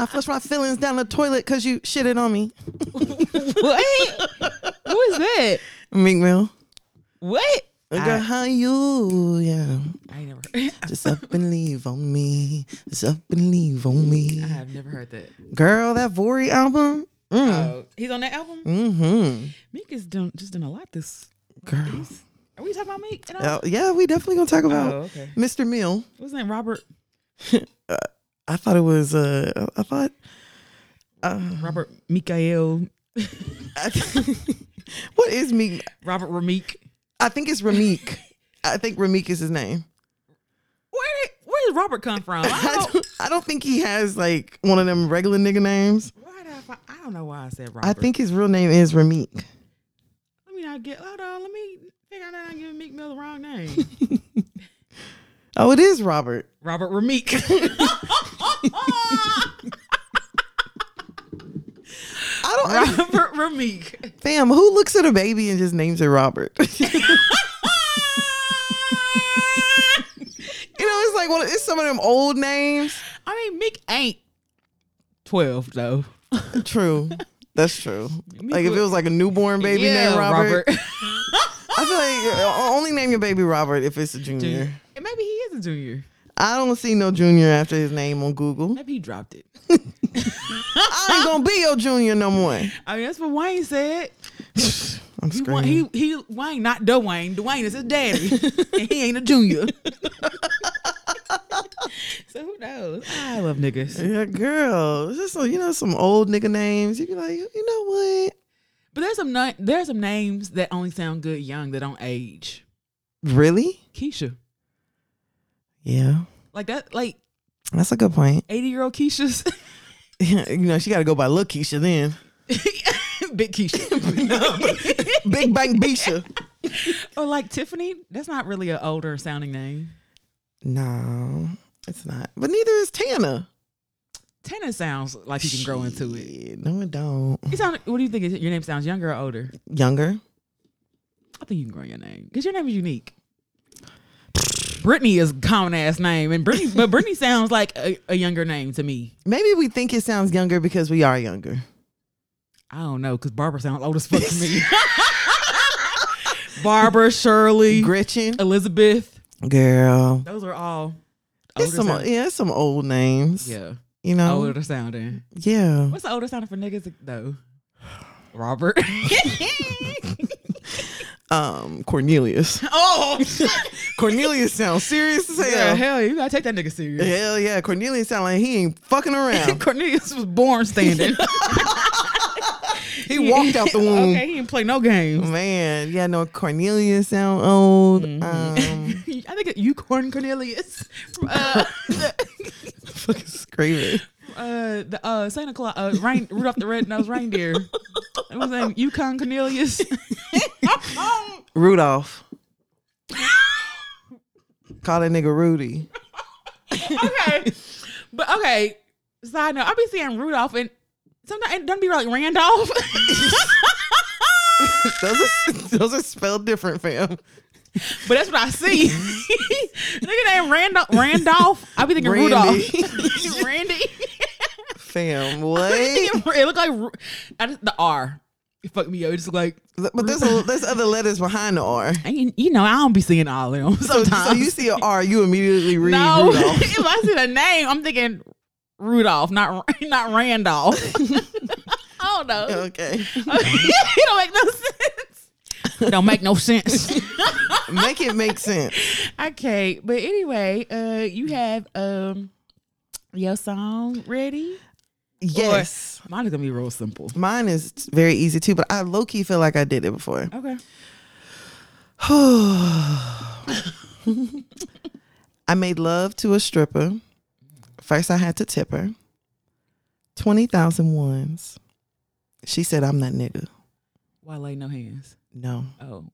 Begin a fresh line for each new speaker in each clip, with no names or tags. I flushed my feelings down the toilet because you shitted on me.
what? Who is that?
Meek Mill.
What?
Girl, how you? Yeah.
I never. Heard,
Just up and leave on me. Just up and leave on me.
I have never heard that.
Girl, that Vori album. Mm.
Oh, he's on that album.
Mm-hmm.
Meek has done just done a lot. This.
Girl.
Are we talking about Meek? At all?
Uh, yeah, we definitely gonna talk about
Oh, okay.
Mr. Mill.
What's his name? Robert.
I thought it was uh I thought
Robert Mikael.
what is Meek?
Robert Rameek.
I think it's Rameek. I think Rameek is his name.
Where did Where did Robert come from? I
I
don't,
don't, I don't think he has like one of them regular nigga names.
why did I, fi- I don't know why I said Robert.
I think his real name is Rameek.
Let me not get. Hold on. Let me figure out that I'm giving Meek Mill the wrong name.
Oh, it is Robert.
Robert Rameek.
I don't
Robert Rameek.
fam, who looks at a baby and just names it Robert? you know,
Ah!
it's like one of- it's some of them old names.
I mean, Meek ain't twelve though.
True. That's true.
Meek
Like if it
would-
was like a newborn baby
Yeah,
named Robert. I feel like uh, only name your baby Robert if it's a junior.
and maybe he is a junior.
I don't see no junior after his name on Google.
Maybe he dropped it.
I ain't gonna be your junior no more.
I mean, that's what Wayne said.
I'm
He, wa-
screaming.
he, he Wayne, not Dwayne. Dwayne is his daddy, and he ain't a junior. so who knows? I love niggas,
yeah, girl. It's Just so you know, some old nigga names. You be like, you know what?
but there's some ni- there's some names that only sound good young that don't age.
Really?
Keisha,
Yeah,
like that, like
that's a good point.
eighty year old Keisha's,
you know, she got to go by Lil Keisha then.
big Keisha,
Big Bang Bisha.
or like Tiffany. That's not really an older sounding name.
No, it's not. But neither is Tana.
Tana sounds like you can grow into it.
Yeah, no, it don't.
You sound, what do you think? Is it- Your name sounds younger or older?
Younger.
I think you can grow your name because your name is unique. Brittany is a common ass name, and Brittany, but Brittany sounds like a, a younger name to me.
Maybe we think it sounds younger because we are younger.
I don't know because Barbara sounds old as fuck to me. Barbara,
Mm-hmm.
Shirley,
Gretchen.
Elizabeth,
Oh. Girl.
those are all older.
It's some,
sound-
yeah, it's some old names.
yeah,
You know?
older sounding.
Yeah.
What's the older sounding for niggas though? Robert.
Um, Cornelius.
oh,
Cornelius sounds serious as
yeah,
hell.
hell, you gotta take that nigga serious.
Hell yeah, Cornelius sound like he ain't fucking around.
Cornelius was born standing.
He walked out the womb.
Okay, he didn't play no games.
Man, yeah, no, Cornelius sound old. Um,
I think it, you corn Cornelius from uh, the,
fucking screaming.
uh, the uh, Santa Claus, uh, Rain, Rudolph the Red Nosed Reindeer. What was his name? Yukon Cornelius.
Rudolph. Call that nigga Rudy.
okay, but okay. Side note: I be seeing Rudolph and sometimes it don't be like Randolph.
Those are, those are spelled different, fam.
But that's what I see. Nigga named Randolph. Randolph. I be thinking Rudolph. Randy.
Fam,
I be
what?
thinking- it looked like Ru- I just, the R. It fucked me up. It's just like
But there's a, there's other letters behind the R.
I ain't- you know I don't be seeing all of them
So,
sometimes.
so you see an R, you immediately read
no,
Rudolph.
if I see the name, I'm thinking Rudolph, not not Randolph. I don't know.
Okay,
it don't make no sense. It don't make no sense.
make it make sense.
okay, but anyway, uh, you have um your song ready.
Yes,
Mine is gonna be real simple.
mine is t- very easy too, but I low key feel like I did it before.
Okay.
I made love to a stripper. First, I had to tip her twenty thousand ones. She said, "I'm that nigga."
Why lay no hands?
No,
Oh.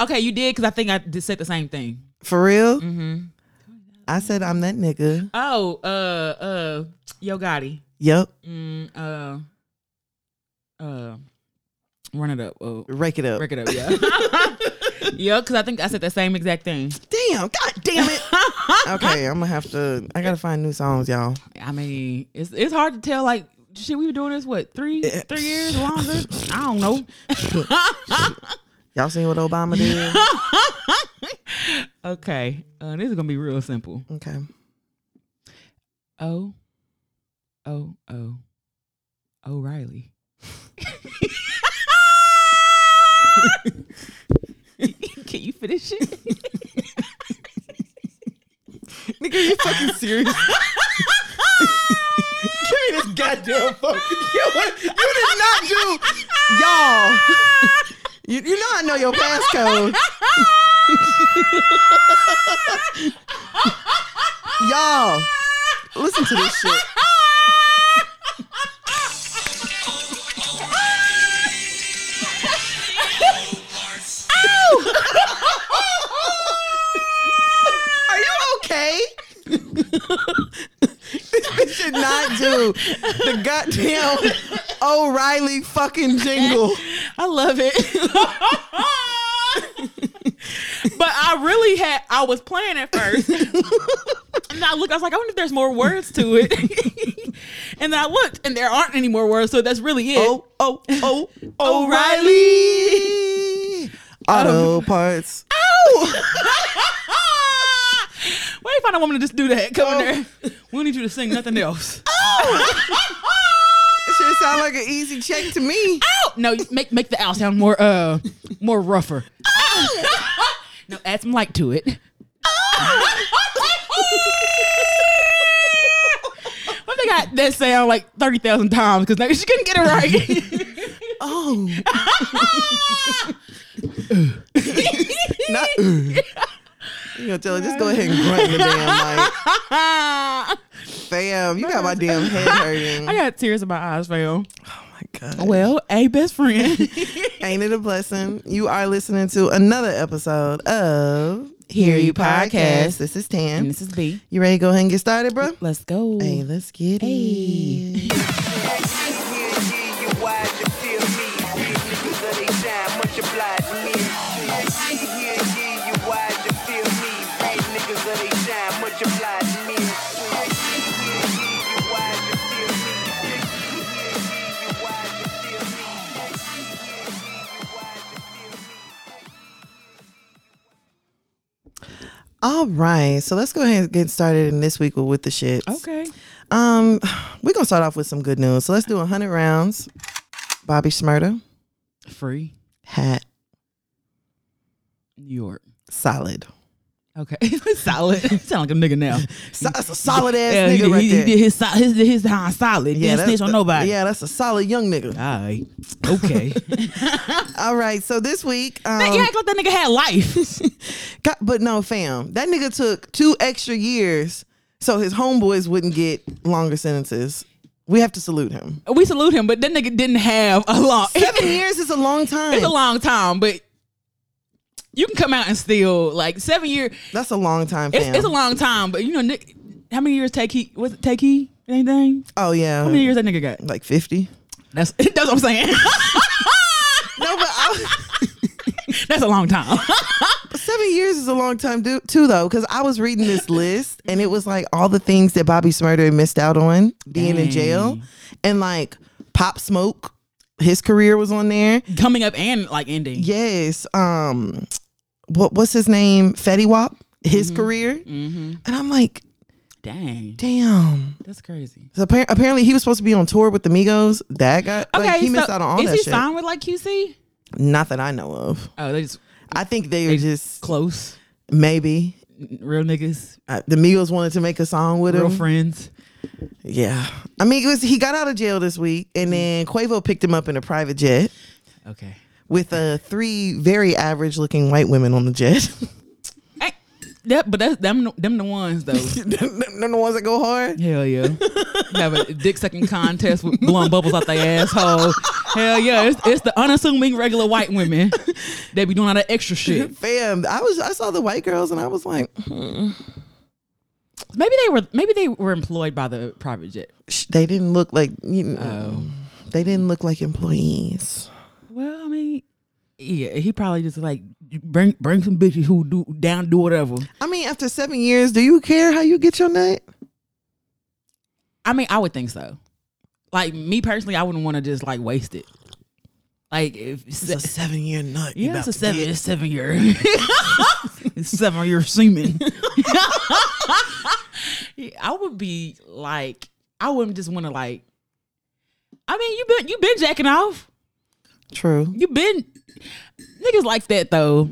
Okay, you did because I think I did said the same thing.
for real.
Mm-hmm.
I said, "I'm that nigga."
Oh, uh, uh, Yo Gotti.
Yep,
Mm, uh, uh, run it up. Oh,
rake it up.
break it up. Yeah. yeah, because I think I said the same exact thing.
Damn, god damn it. okay, I'm gonna have to. I gotta find new songs, y'all.
I mean, it's it's hard to tell. Like, shit, we were doing this what three
Eh.
three years longer? I don't know.
Y'all seen what Obama did?
Okay, uh, this is gonna be real simple.
okay.
Oh, oh, oh, O'Reilly. Can you finish it?
Nigga, you fucking serious? Give me this goddamn phone. You, you did not do, y'all. You, you know I know your passcode. y'all, listen to this shit. Are you okay? this should not do the goddamn O'Reilly fucking jingle.
I love it. but I really had I was playing at first. and I looked, I was like, I wonder if there's more words to it. and then I looked and there aren't any more words, so that's really it.
Oh, oh, oh, Um, O'Reilly. Auto parts.
Why you find a woman to just do that? Come in there. Oh. We don't need you to sing nothing else.
This shit sound like an easy check to me.
Ow! Oh! No, you make make the owl sound more uh more rougher. no, add some light to it. what they got that sound like thirty thousand times because she couldn't get it right.
Oh. Not, you gonna tell her, just go ahead and grunt your damn mic.
I
Damn, you got my damn head hurting.
got tears in my eyes, fam.
oh my god.
Well, a best friend.
Ain't it a blessing? You are listening to another episode of
Hear You Podcast.
This is Tan.
and this is B.
you ready to go ahead and get started, bro?
Let's go.
Hey, let's get
Hey.
it. All right, so let's go ahead and get started in this week with, with the shits.
Okay.
Um, we're gonna start off with some good news. So let's do hundred rounds. Bobby Schmurda
Free
hat
New York.
solid.
Okay, solid. Sound like a nigga now.
So, that's a solid ass
Yeah, he,
nigga
did-
right
he,
there.
did his so- his his time solid. Yeah,
that's
Didn't snitch on
the-
nobody.
Yeah, that's a solid young nigga.
All right. Okay.
All right, so this week, um,
you act like that nigga had life.
God, but no, fam, that nigga took two extra years so his homeboys wouldn't get longer sentences. We have to salute him.
we salute him, but that nigga didn't have a long.
Seven years is a long time.
It's a long time, but you can come out and still like seven year.
That's a long time, fam.
It's, it's a long time, but you know, Nick, how many years take he was it take he anything?
oh yeah,
How many years that nigga got?
like fifty.
That's that's what I'm saying.
No, but I,
that's a long time.
seven years is a long time do, too, though, because I was reading this list and it was like all the things that Bobby Smurder missed out on being in jail, and like Pop Smoke, his career was on there.
Coming up and like ending.
Yes. Um, what what's his name? Fetty Wap. His
Mm-hmm.
career, and I'm like,
Dang,
damn.
that's crazy.
So appar- apparently, he was supposed to be on tour with the Migos. That got
Okay,
like he
so
missed out on all
is
that
he
shit.
signed with like QC?
Not that I know of.
Oh, they just
I think they were just
close,
maybe
n- real niggas,
uh, the Migos wanted to make a song with
real
him.
friends.
Yeah, I mean, it was he got out of jail this week, and
Mm-hmm.
then Quavo picked him up in a private jet
Okay.
with uh, three very average-looking white women on the jet.
Hey, that, but that's them, them the ones though.
Them the ones that go hard.
Hell yeah. Have a dick sucking contest with blowing bubbles out their asshole. Hell yeah. It's, it's the unassuming regular white women that be doing all that extra shit.
Fam, I was I saw the white girls, and I was like,
Maybe they were maybe they were employed by the private jet.
Sh- they didn't look like you know,
Oh.
they didn't look like employees.
Well, I mean, Yeah, he probably just like bring bring some bitches who do down do whatever.
I mean, after seven years, do you care how you get your nut?
I mean, I would think so. Like me personally, I wouldn't want to just like waste it. Like if
It's a seven year nut. you
yeah,
about
it's a
to
seven,
get.
it's seven year, it's seven year semen. Yeah, I would be like, I wouldn't just want to like. I mean, you been you been jacking off.
True.
You been niggas like that though.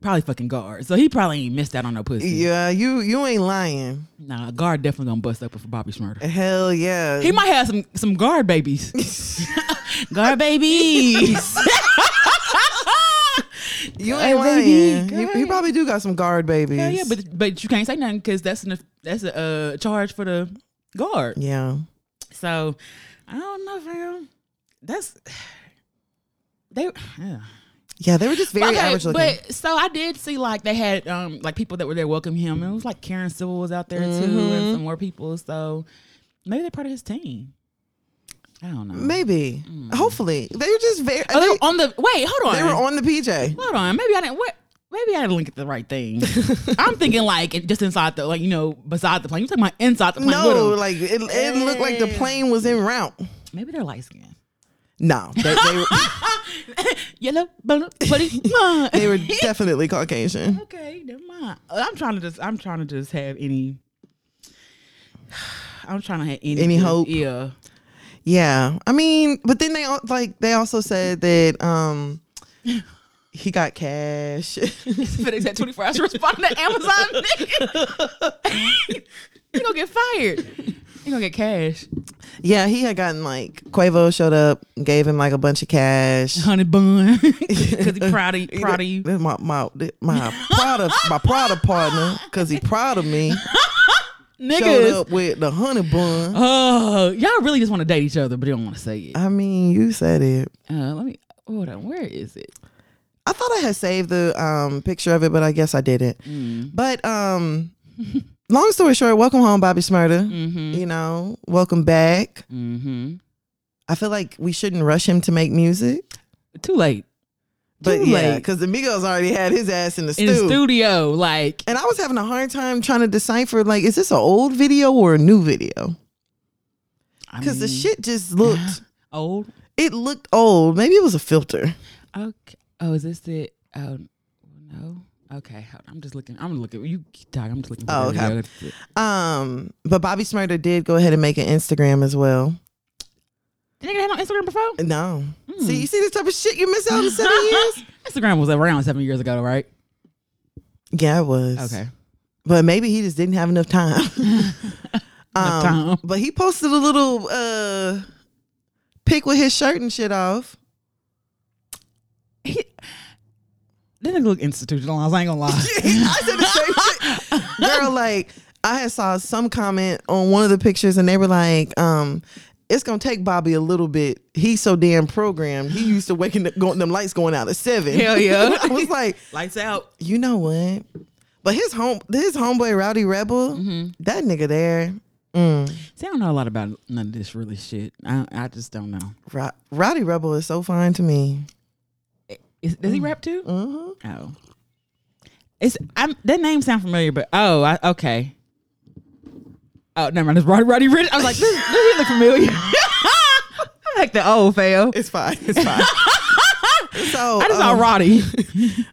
Probably fucking guard, so he probably ain't missed out on no pussy.
Yeah, you you ain't lying.
Nah, guard definitely gonna bust up for Bobby Smurder.
Hell yeah.
He might have some some guard babies. guard babies.
you
Hey,
ain't
baby,
lying. He,
girl,
he
yeah.
probably do got some guard babies.
Hell yeah, but but you can't say nothing because that's an that's a uh, charge for the guard.
yeah.
So I don't know, fam. That's they. Yeah.
Yeah, they were just very average looking.
but so I did see like they had um like people that were there welcome him. It was like Karen Civil was out there too,
Mm-hmm.
and some more people. So maybe they're part of his team. I don't know.
Maybe.
Hmm.
Hopefully. They were just very
Oh, they were
they,
on the wait. Hold on.
they were on the PJ.
Hold on. Maybe I didn't. What? Maybe I didn't link it the right thing. I'm thinking like it- just inside the like you know beside the plane. You talking about inside the plane? with
No,
him.
like it, it looked like
Eh.
the plane was en route.
maybe they're light skinned
No, they, they, were,
Yellow, blue, buddy. come on.
they were definitely Caucasian.
Okay, never mind. Uh, I'm trying to just I'm trying to just have any I'm trying to have any
Any hope?
Yeah.
Yeah, I mean, but then they al- like they also said that um he got cash.
FedEx had 24 hours to respond to Amazon. you gonna get fired. You gonna get cash.
yeah, he had gotten like Quavo showed up, gave him like a bunch of cash.
Honey bun. Cause he proud of, proud of you.
That's my my my proud of my proud of partner because he proud of me. Showed
Niggas.
up with the honey bun.
Oh, y'all really just want to date each other, but you don't want to say it.
I mean, you said it.
Uh, let me hold on. Where is it?
I thought I had saved the um, picture of it, but I guess I didn't.
Mm.
But um, long story short, welcome home, Bobby Smurda.
Mm-hmm.
You know, welcome back.
Mm-hmm.
I feel like we shouldn't rush him to make music,
Too late.
but
Too
yeah,
late.
because the Migos already had his ass in the
In
stew.
the studio, like
And I was having a hard time trying to decipher like, is this an old video or a new video?
I
Because Uh, the
mean,
shit just looked,
old.
it looked old. Maybe it was a filter.
Okay. Oh, is this the? Oh no. Okay, hold on. I'm just looking. I'm looking. You talk. I'm just looking. For
Oh,
the
okay.
video. That's it.
Um, but Bobby Smurda did go ahead and make an Instagram as well.
Did nigga have on Instagram before?
No,
Hmm.
see, you see this type of shit you miss out in seven years.
Instagram was around seven years ago, right?
Yeah, it was.
Okay.
But maybe he just didn't have enough time. Um,
time.
But he posted a little uh pic with his shirt and shit off.
He, that nigga look institutionalized. I ain't gonna lie.
I said the same shit. Girl, like I had saw some comment on one of the pictures and they were like, um, it's gonna take Bobby a little bit. He's so damn programmed. He used to waking up going them lights going out at seven.
Hell yeah.
I was like,
Lights out.
you know what? But his home his homeboy Rowdy Rebel, that nigga there. Mm.
See, I don't know a lot about none of this really shit. I I just don't know.
Ro- Rowdy Rebel is so fine to me.
Is, does he rap too?
Mm-hmm.
Oh. It's I'm that name sound familiar, but oh, I, okay. Oh, never mind. It's Roddy Roddy Rich. I was like, this, this he look familiar. I like the old fail.
It's fine. It's fine. so
I just saw
um,
Roddy.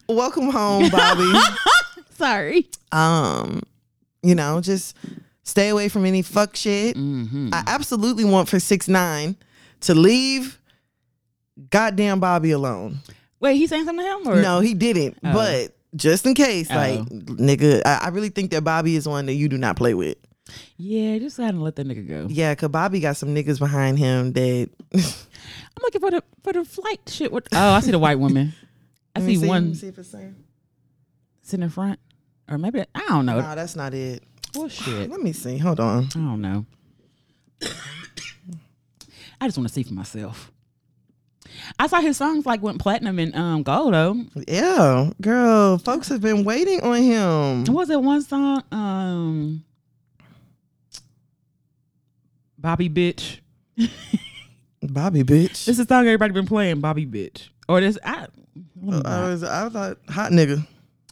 welcome home, Bobby.
Sorry.
um, you know, just stay away from any fuck shit. I absolutely want for six nine to leave. Goddamn Bobby alone.
Wait, he saying something to him or
No, he didn't. But just in case, like
Oh.
nigga, I, I really think that Bobby is one that you do not play with.
Yeah, just go ahead and let that nigga go.
Yeah, cause Bobby got some niggas behind him that
I'm looking for the for the flight shit. What? Oh, I see the white woman. I
Let me
see,
let me
one
See if it's there.
sitting in front, or maybe that, I don't know.
No, that's not it.
Bullshit. I
Let me see. Hold on.
don't know. I just want to see for myself. I saw his songs like went platinum and um gold though.
Yeah, girl, folks have been waiting on him.
was it one song? Um, Bobby Bitch.
Bobby bitch.
This is a song everybody been playing, Bobby Bitch. Or this, I, What am I-
Uh, I was I thought hot nigga.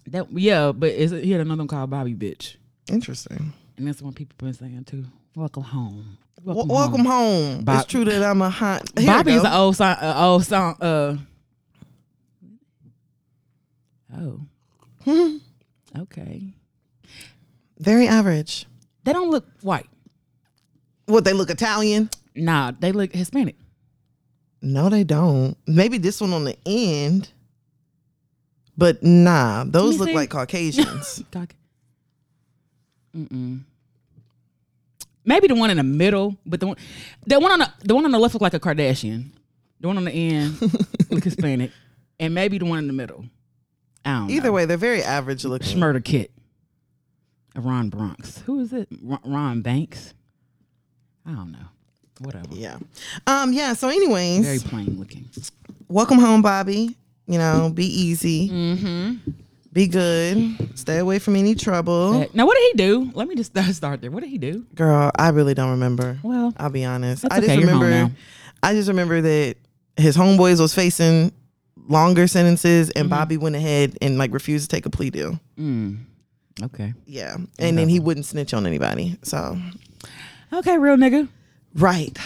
that- yeah, but is it, he had another one called Bobby Bitch,
Interesting.
and that's one people been saying too. Welcome home.
Welcome, welcome home.
Bob-
it's true that I'm a hot. Here
Bobby
we
is
go.
an old song. Uh, old song. Uh, oh. okay.
very average.
They don't look white.
What they look Italian?
Nah, they look Hispanic.
No, they don't. Maybe this one on the end, but nah, those
me
look
see.
like Caucasians.
Cock- Mm-mm. Maybe the one in the middle, but the one, the one on the, the one on the left look like a Kardashian. The one on the end look Hispanic, and maybe the one in the middle. I don't
Either
know.
way, they're very average looking.
Schmurder Kit, Ron Bronx. Who is it? Ron, Ron Banks. I don't know. Whatever.
Yeah. Um. Yeah. So, anyways,
Very plain looking.
welcome home, Bobby. You know, be easy, Mm-hmm. be good, stay away from any trouble.
Now, what did he do? Let me just start there. What did he do?
Girl, I really don't remember.
Well,
I'll be honest.
That's
I just
okay, you're home
remember
now.
I just remember that his homeboys was facing longer sentences and Bobby went ahead and like refused to take a plea deal.
mm, okay.
Yeah. And then he wouldn't snitch on anybody. So
Okay, real nigga.
Right.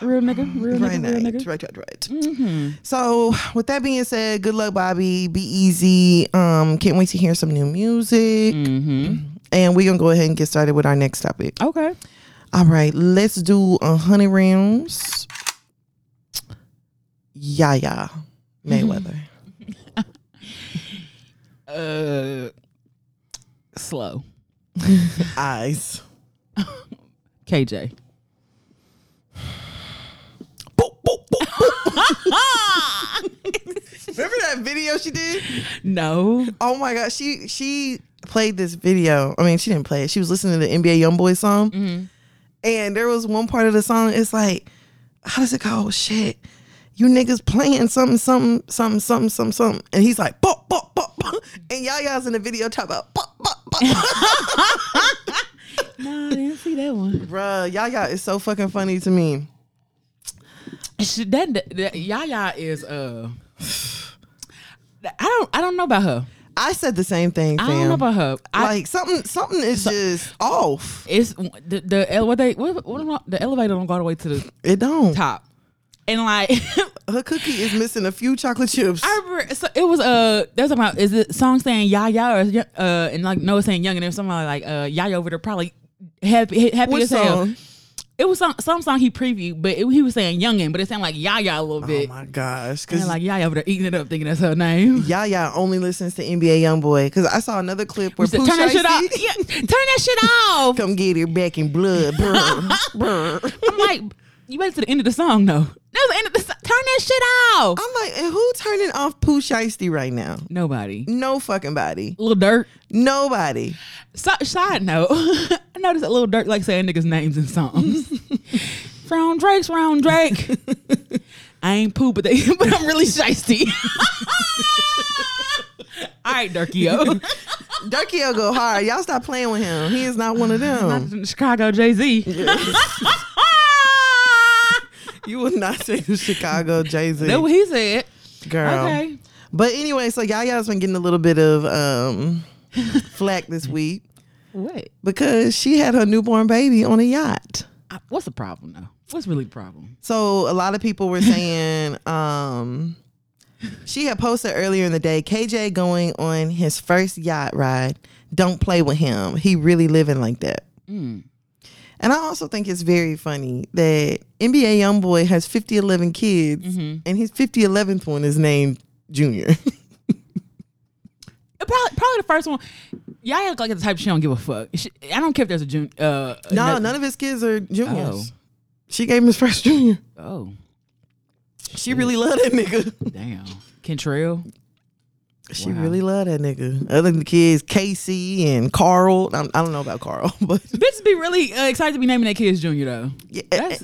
Real nigga. Real
Right,
nigga. Real
right,
nigga. Mm-hmm.
right, right, right. So, with that being said, good luck, Bobby. Be easy. Um, can't wait to hear some new music.
Mm-hmm.
And we're gonna go ahead and get started with our next topic.
Okay.
All right, let's do a hundred rounds. Yaya Mayweather.
Mm-hmm. Uh, slow.
Eyes.
KJ.
Boop, boop, boop, boop. Remember that video she did?
No.
Oh my god, she she played this video. I mean, she didn't play it. She was listening to the NBA YoungBoy song,
Mm-hmm.
and there was one part of the song. It's like, how does it go? Oh, Shit, you niggas playing something, something, something, something, something, something, and he's like, bop, bop, bop, bop. and Yaya's in the video talking about, bop, bop, bop.
No, I didn't see that one.
Bruh, Yaya is so fucking funny to me.
She, that, that Yaya is uh. I don't. I don't know about her.
I said the same thing, fam.
I don't know about her. I,
like something, something is just off.
it's the the ele- what they what, what am I- the elevator don't go all the way to the
It don't.
top, and like
Her cookie is missing a few chocolate chips.
I remember so it was uh there's about is it song saying ya ya or is it, uh and like no it's saying young and there's somebody like uh ya over there probably happy happy
Which
as hell.
song?
It was some some song he previewed, but it, he was saying youngin, but it sounded like ya ya a little
Oh
bit.
my gosh,
and
because
like ya over there eating it up, thinking that's her name.
Yaya only listens to NBA YoungBoy because I saw another clip where
He said,
Pooh
turn that shit off.
Shiesty-
Yeah, turn that shit off.
come get her back in blood. Brr, brr.
I'm like, you waited to the end of the song though. That was the end of the song. Turn that shit off.
I'm like, and who turning off Pooh Shiesty right now?
Nobody.
No fucking body.
Little dirt.
Nobody.
So, side note, I noticed a little dirt like saying niggas' names in songs. Round Drake's round Drake. I ain't poo, but they, but I'm really shisty. All right, Durkio.
Durkio go hard. Y'all stop playing with him. He is not one of them.
Chicago Jay Z.
You would not say the Chicago Jay
That's
Z
what he said.
girl.
Okay.
But anyway, so Yaya's been getting a little bit of um, flack this week
What?
because she had her newborn baby on a yacht.
I- What's the problem though? What's really the problem?
So a lot of people were saying um she had posted earlier in the day KJ going on his first yacht ride. Don't play with him. He really living like that. And I also think it's very funny that NBA YoungBoy has 50 11 kids and his 50 11th one is named Junior.
Uh, Probably, probably the first one. Y'all act like the type she don't give a fuck. She, I don't care if there's a June. Uh,
no,
another-
none of his kids are juniors.
Oh.
She gave him his first junior.
Oh,
She really loved that nigga.
damn. Kentrell.
She
Wow.
really loved that nigga. Other than the kids, Casey and Carl. I'm, I don't know about Carl, but
Bitches be really uh, excited to be naming their kids Junior though.
yeah,
That's,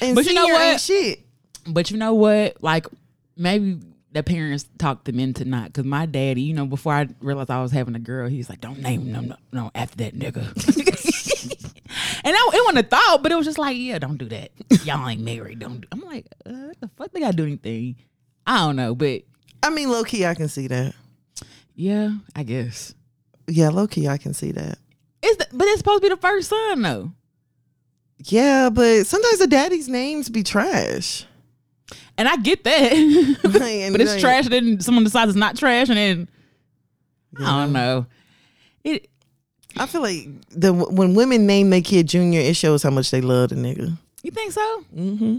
and
but you know
senior ain't
what?
Shit.
but you know what? Like maybe the parents talked them into not. Because my daddy, you know, before I realized I was having a girl, he was like, "Don't name them no, no after that nigga." and I, it wasn't a thought, but it was just like, "Yeah, don't do that. Y'all ain't married. Don't." Do. I'm like, uh, "What the fuck? They gotta do anything?" I don't know, but
I mean, low key, I can see that.
Yeah, I guess.
Yeah, low key, I can see that.
It's the, but it's supposed to be the first son though.
Yeah, but sometimes the daddy's names be trash.
And I get that.
Like,
but it's
like-
trash, then someone decides it's not trash, and then I don't know. It
I feel like the when women name their kid Junior, it shows how much they love the nigga.
you think so?
Mm-hmm.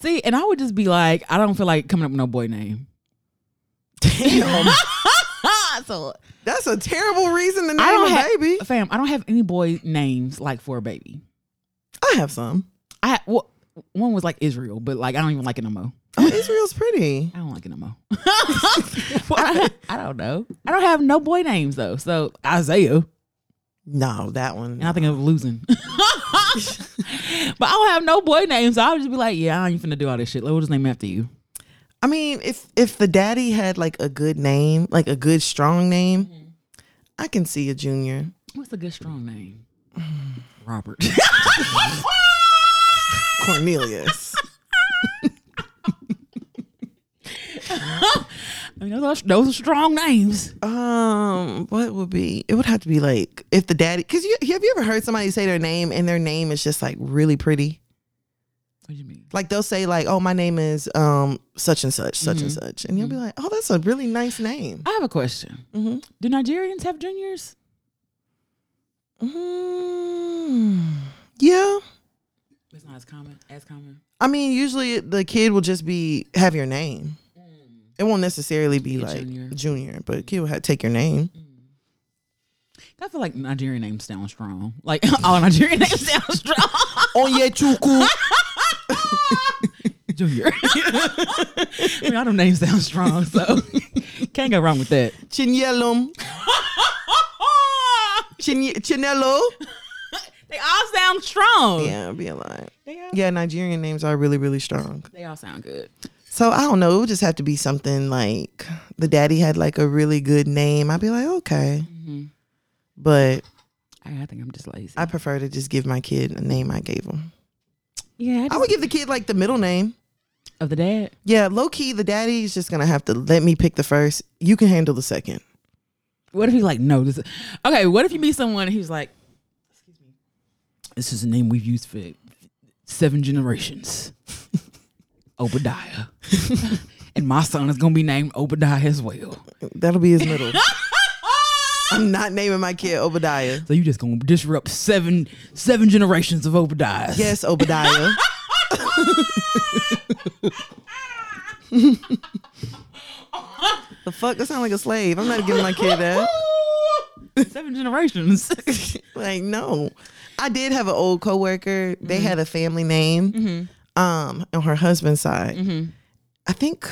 See, and I would just be like, I don't feel like coming up with no boy name.
Damn,
so
that's a terrible reason to name
I don't
a
have
baby.
fam. I don't have any boy names like for a baby.
I have some.
I ha- well, one was like Israel, but like I don't even like it no more.
Oh, Israel's pretty.
I don't like it no more. Well, I, I don't know. I don't have no boy names though. So Isaiah,
No, that one.
and I think of losing. but I don't have no boy names. So I would just be like, yeah, I ain't finna do all this shit. Like, we'll just name after you.
I mean, if if the daddy had like a good name, like a good strong name, I can see a junior.
What's a good strong name? Robert.
Cornelius.
I mean, those are, those are strong names.
um, what would be? It would have to be like if the daddy. Because you, have you ever heard somebody say their name and their name is just like really pretty?
What do you mean?
Like they'll say like, "Oh, my name is um such and such, such and such," and you'll be like, "Oh, that's a really nice name."
I have a question.
Mm-hmm.
Do Nigerians have juniors?
Mm, yeah.
It's not as common. As common.
I mean, usually the kid will just be have your name. It won't necessarily be
Yeah,
like
junior.
junior, but the kid will have, take your name.
I feel like Nigerian names sound strong. Like all Nigerian names sound strong.
Onyechuku.
Junior. I mean, all them names sound strong, so can't go wrong with that.
Chinyelum. Chin- Chinello.
Ah! they all sound strong.
Yeah, it'd be a lot.
They, all,
Yeah, Nigerian names are really, really strong.
they all sound good.
So I don't know. It would just have to be something like the daddy had like a really good name. I'd be like, okay. But
I, I think I'm just lazy.
I prefer to just give my kid a name I gave him.
yeah, I
I
just,
would give the kid like the middle name.
of the dad.
Yeah, low key, the daddy's just gonna have to let me pick the first. You can handle the second.
What if he like no? This okay. What if you meet someone and he's like, "Excuse me, this is a name we've used for seven generations, Obadiah, and my son is gonna be named Obadiah as well."
That'll be his middle. I'm not naming my kid Obadiah.
So you just gonna disrupt seven seven generations of Obadiah?
Yes, Obadiah. the fuck? That sound like a slave. I'm not giving my kid that.
seven generations.
Like, no. I did have an old coworker. They had a family name um, on her husband's side. I think,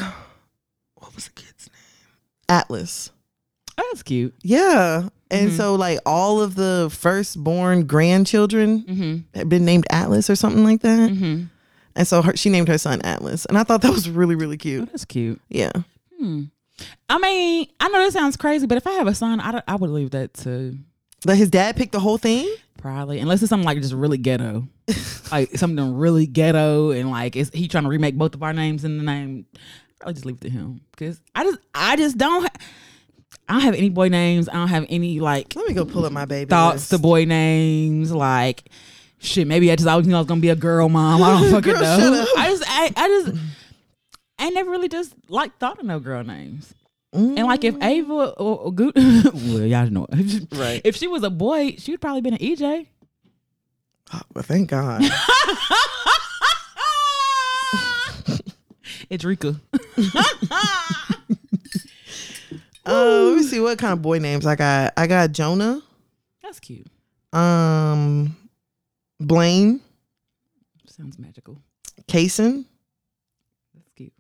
what was the kid's name? Atlas.
Oh, that's cute.
Yeah. And
Mm-hmm.
so like all of the firstborn grandchildren
Mm-hmm.
had been named Atlas or something like that. And so her, she named her son Atlas. And I thought that was really, really
Oh,
cute.
that's cute.
Yeah.
I mean, I know that sounds crazy, but if I have a son, I, don't- I would leave that to
But his dad picked the whole thing.
Probably, unless it's something like just really ghetto, like something really ghetto, and like is he trying to remake both of our names in the name? I'll just leave it to him because I just I just don't ha- I don't have any boy names. I don't have any like
Let me go pull up my baby.
thoughts to
list.
boy names. Like shit, maybe I just always knew I was gonna be a girl mom. I don't fucking
Girl, shut
know.
up.
I just I, I just I never really just like thought of no girl names.
Mm.
And like if Ava or, or Goot, well y'all know it.
Right.
If she was a E boy, she'd probably been an EJ.
Oh, well, thank God.
it's Rika.
Oh, let me see what kind of boy names I got. I got Jonah,
That's cute.
um, Blaine,
Sounds magical.
Kason.
That's cute.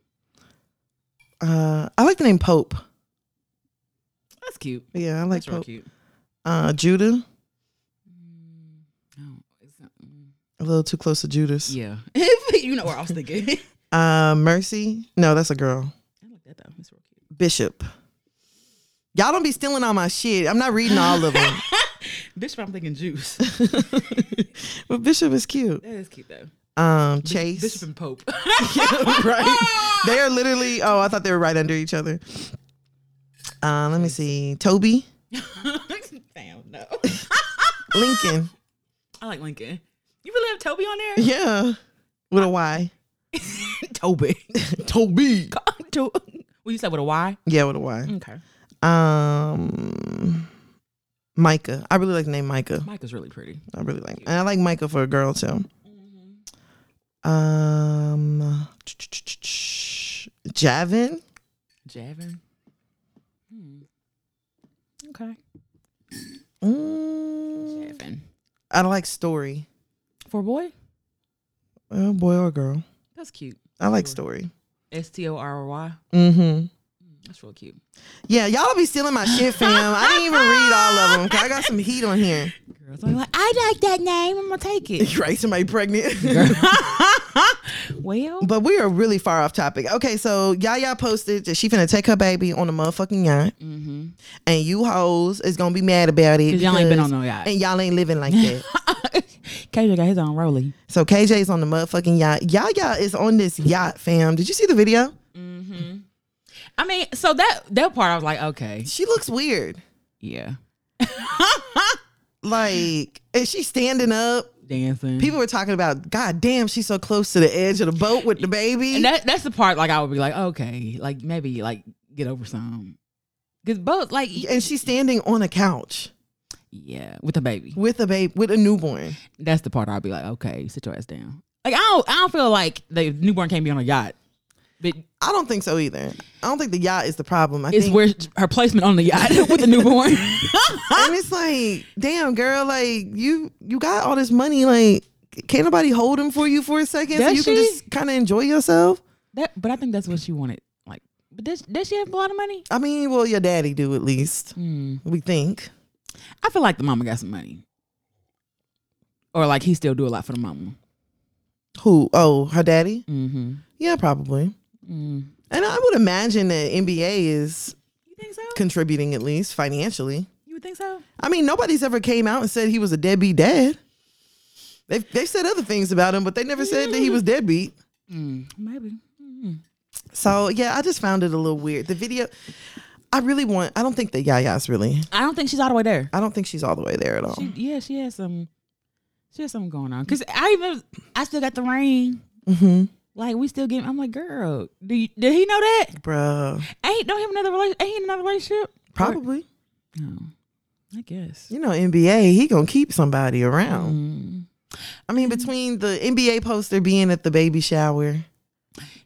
Uh, I like the name Pope.
That's cute.
Yeah, I like
That's real
Pope.
cute.
Uh, Judah.
Mm, No, it's not, mm.
A little too close to Judas.
yeah. you know where I was thinking. I
Uh, Mercy. No, that's a girl.
like that though. It's real cute.
Bishop. Y'all don't be stealing all my shit. I'm not reading all of them.
Bishop, I'm thinking juice.
but Bishop is cute.
that is cute though.
um, Chase.
Bishop and Pope.
right? They are literally. Oh, I thought they were right under each other. Uh, let me see. Toby,
Damn, no.
Lincoln.
I like Lincoln. You really have Toby on there?
Yeah, with a Y.
Toby.
Toby.
To- well, you said with a Y?
Yeah, with a Y.
Okay.
Um, Micah. I really like the name Micah.
Micah's really pretty.
I really like, and I like Micah for a girl too.
Mm-hmm.
Um, Javin.
Javin. Hmm. Okay.
Mm,
Javin.
I like Story.
For a boy?
Oh, boy or girl.
That's cute.
I like Story.
S T O R Y.
Mm-hmm.
That's real cute.
Yeah, y'all be stealing my shit, fam. I didn't even read all of them. Cause I got some heat on here.
Girls are like, I like that name. I'm going to take it.
Right, somebody pregnant.
well,
but we are really far off topic. Okay, so Yaya posted that she finna take her baby on a motherfucking yacht,
mm-hmm.
and you hoes is gonna be mad about it.
Cause y'all ain't been
because-
on no yacht.
And y'all ain't living like that.
KJ got his own rolly.
so KJ's on the motherfucking yacht. Yaya is on this yacht, fam. Did you see the video?
Mm-hmm. I mean, so that that part I was like, okay,
She looks weird.
yeah,
Like, is she standing up?
dancing.
People were talking about, God damn, she's so close to the edge of the boat with the baby.
and that that's the part like I would be like, okay, like maybe like get over some, cause both like y-
and she's standing on a couch
yeah, with the baby.
with a babe with a newborn.
That's the part I'd be like, okay, sit your ass down. Like I don't I don't feel like the newborn can't be on a yacht, but
I don't think so either. I don't think the yacht is the problem. I
it's
think,
where her placement on the yacht with the newborn.
and it's like, damn girl, like you you got all this money, like can't nobody hold him for you for a second so
Does
you can
she?
just kind of enjoy yourself?
that, but I think that's what she wanted. Like, but does does she have a lot of money?
I mean, well, your daddy do at least
Hmm.
we think.
I feel like the mama got some money, or like he still do a lot for the mama.
Who? Oh, her daddy?
Mm-hmm.
Yeah, probably.
Mm.
And I would imagine that NBA is
You think so?
contributing at least financially.
You would think so?
I mean, nobody's ever came out and said he was a deadbeat dad. They've, they've said other things about him, but they never said that he was deadbeat.
maybe. Mm-hmm.
So yeah, I just found it a little weird. The video, I really want. I don't think that Yaya's really.
I don't think she's all the way there.
I don't think she's all the way there at all.
She, yeah, she has some. She has something going on. Cause I even I still got the ring.
mm-hmm.
Like we still getting. I'm like, girl, do you, did he know that?
Bruh,
Ain't don't have another relation. Ain't he in another relationship?
probably.
No, I guess.
You know, NBA, he gonna keep somebody around.
Mm.
I mean, between the NBA poster being at the baby shower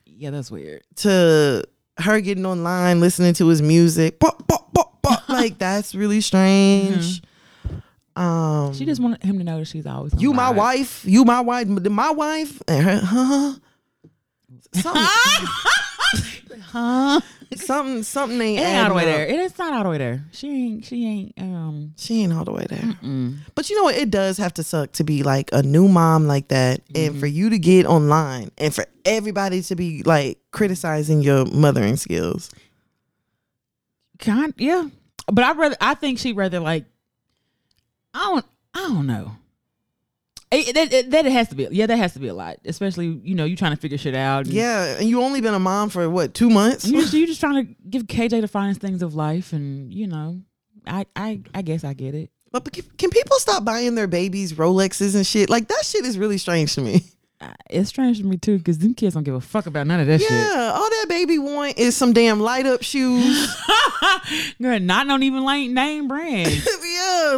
Yeah, that's weird.
to her getting online listening to his music, pop, pop, pop, pop, like that's really strange. Um,
Mm-hmm. She just wanted him to know that she's always. on
you my
ride.
wife, you my wife, my wife, and her, huh? Something,
Huh?
something, something ain't,
It ain't all the way
adding up.
there. It is not all the way there. She ain't. She ain't. Um.
She ain't all the way there.
mm.
But you know what? It does have to suck to be like a new mom like that and
Mm-hmm.
for you to get online and for everybody to be like criticizing your mothering skills.
Kind yeah. But I rather I think she rather like I don't I don't know. It, it- that, it- that it has to be yeah that has to be a lot especially you know you trying to figure shit out and
Yeah. And you only been a mom for what, two months?
you just, you just trying to give KJ the finest things of life and you know I I I guess I get it
But can, can people stop buying their babies Rolexes and shit? Like that shit is really strange to me.
I- it's strange to me too because them kids don't give a fuck about none of that
Yeah. All that baby want is some damn light up shoes.
shit girl not not even like name brand
yeah.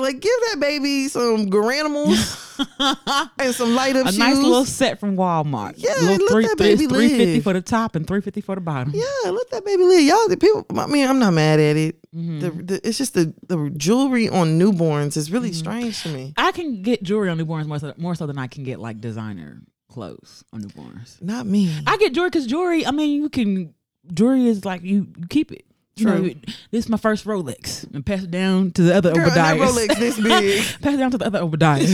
Like give that baby some Garanimals and some light up
a
shoes.
nice little set from Walmart
Yeah,
little
let
three
that
it's
baby
three fifty
live.
for the top and three fifty for the bottom
Yeah, let that baby live. Y'all, the people. I mean, I'm not mad at it.
Mm-hmm.
The, the, it's just the, the jewelry on newborns is
Mm-hmm.
really strange to me.
I can get jewelry on newborns more so, more so than I can get like designer clothes on newborns.
Not me.
I get jewelry because jewelry. I mean, you can jewelry is like you, you keep it. You know,
True.
you- this is my first Rolex, and pass it down to the other
Girl, and that
Obadiah.
Rolex this big.
pass it down to the other Obadiah. I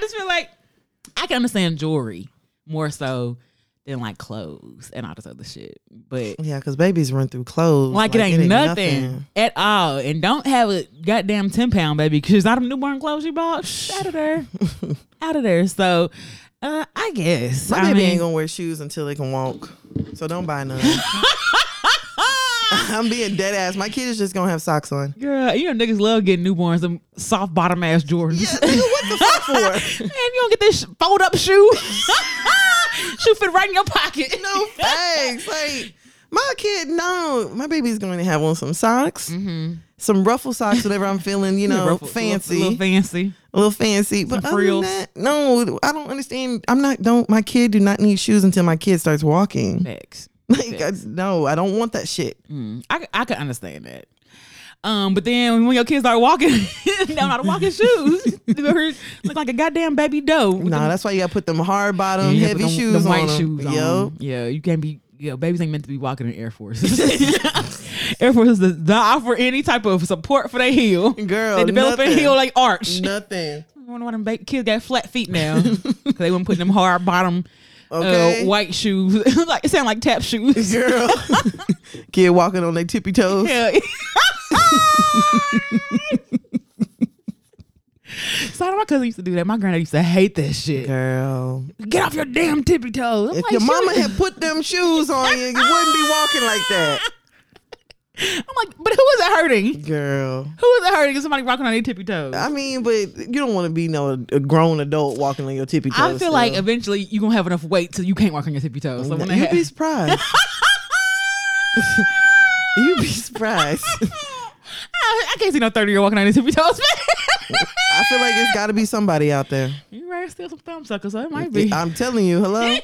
just feel like I can understand jewelry more so than like clothes and all this other shit. But
Yeah, because babies run through clothes.
like, it ain't nothing, at all. And don't have a goddamn 10 pound baby because all them newborn clothes you bought, shh, out of there. out of there. So uh, I guess.
My
I
baby
mean-
ain't gonna wear shoes until they can walk. So don't buy none. I'm being dead ass. My kid is just gonna have socks on.
Girl, you know niggas love getting newborns them soft bottom ass Jordans.
Yeah, nigga, what the fuck for?
and you don't get this fold up shoe. shoe fit right in your pocket.
No thanks. Like my kid, no. My baby's going to have on some socks, some ruffle socks, whatever I'm feeling, you know,
Mm-hmm. Ruffle-
fancy,
little, little fancy.
a little fancy. But other than
frills.
that, no, I don't understand. I'm not. Don't my kid do not need shoes until my kid starts walking.
Facts.
Like I, no, I don't want that shit.
Mm, I c- I can understand that. Um, but then when your kids start walking, they don't know how to walk in shoes. They look like a goddamn baby doe. with
Nah,
them-
that's why you gotta put them hard bottom,
yeah,
heavy
with them-
shoes
them
on
white
'em.
shoes. on
Yup.
'em. Yeah, you can't be. Yeah, babies ain't meant to be walking in Air Force. Air Force does not offer any type of support for their heel.
Girl,
they develop a
nothing.
heel like arch.
Nothing.
I wonder why them ba- kids got flat feet now. 'Cause they wouldn't put them hard bottom
Okay.
uh, white shoes. like it sound like tap shoes.
Girl. Kid walking on their tippy toes.
Yeah. so my cousin used to do that. My granddad used to hate that shit.
Girl.
Get off your damn tippy toes. I'm
If
like,
your
"Shoot."
mama had put them shoes on you, you wouldn't be walking like that.
I'm like, but who is it hurting?
Girl.
Who is it hurting? Is somebody walking on their tippy toes?
I mean, but you don't want to be no a grown adult walking on your tippy toes.
I feel like
still.
eventually you're gonna have enough weight till you can't walk on your tippy toes. So when they
you'd be
have-
surprised. you'd be surprised.
I, I can't see no 30 year old walking on his tippy toes.
I feel like it's got to be somebody out there.
you right, still some thumb suckers, so it might be.
I'm telling you, hello.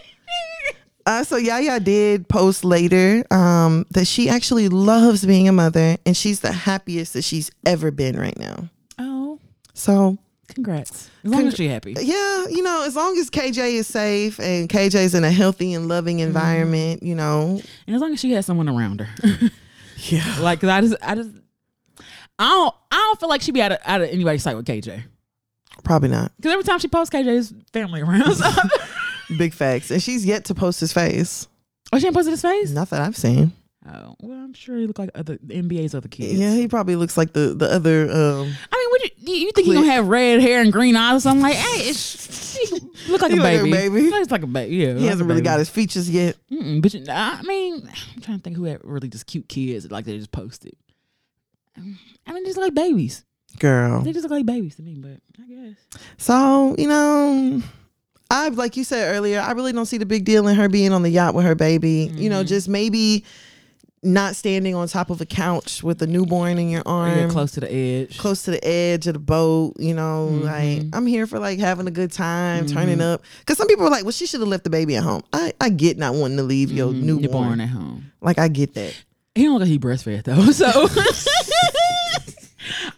Uh, so Yaya did post later um, that she actually loves being a mother and she's the happiest that she's ever been right now.
oh,
So
congrats. As long as you're happy.
yeah, you know, as long as KJ is safe and KJ's in a healthy and loving environment, you know.
And as long as she has someone around her.
Yeah.
like, 'cause I just, I just, I don't, I don't feel like she'd be out of, out of anybody's sight with KJ.
Probably not.
Because every time she posts, KJ's family around. So.
Big facts. And she's yet to post his face.
oh, she ain't posted his face?
Not that I've seen.
Oh, well, I'm sure he looked like other the NBA's other kids.
Yeah, he probably looks like the, the other um
I mean, would you, you think he's gonna
Click.
have red hair and green eyes or something like? Hey, it's, he look like
He
a
look like a
baby.
baby.
He looks like a baby. Yeah,
he hasn't really got his features yet.
Mm-mm, but you, I mean, I'm trying to think who had really just cute kids that, like they just posted. I mean, they just look like babies.
Girl.
They just look like babies to me. But I guess
So, you know, I like you said earlier, I really don't see the big deal in her being on the yacht with her baby. You
Mm-hmm.
know, just maybe not standing on top of a couch with a newborn in your
Or you get
arm.
close to the edge.
Um, Close to the edge of the boat, you know, like
Mm-hmm.
I'm here for like having a good time, turning up. Cause some people are like, well, she should have left the baby at home. I, I get not wanting to leave your
Mm,
newborn.
newborn at home.
Like, I get that.
He don't look like he breastfed though. So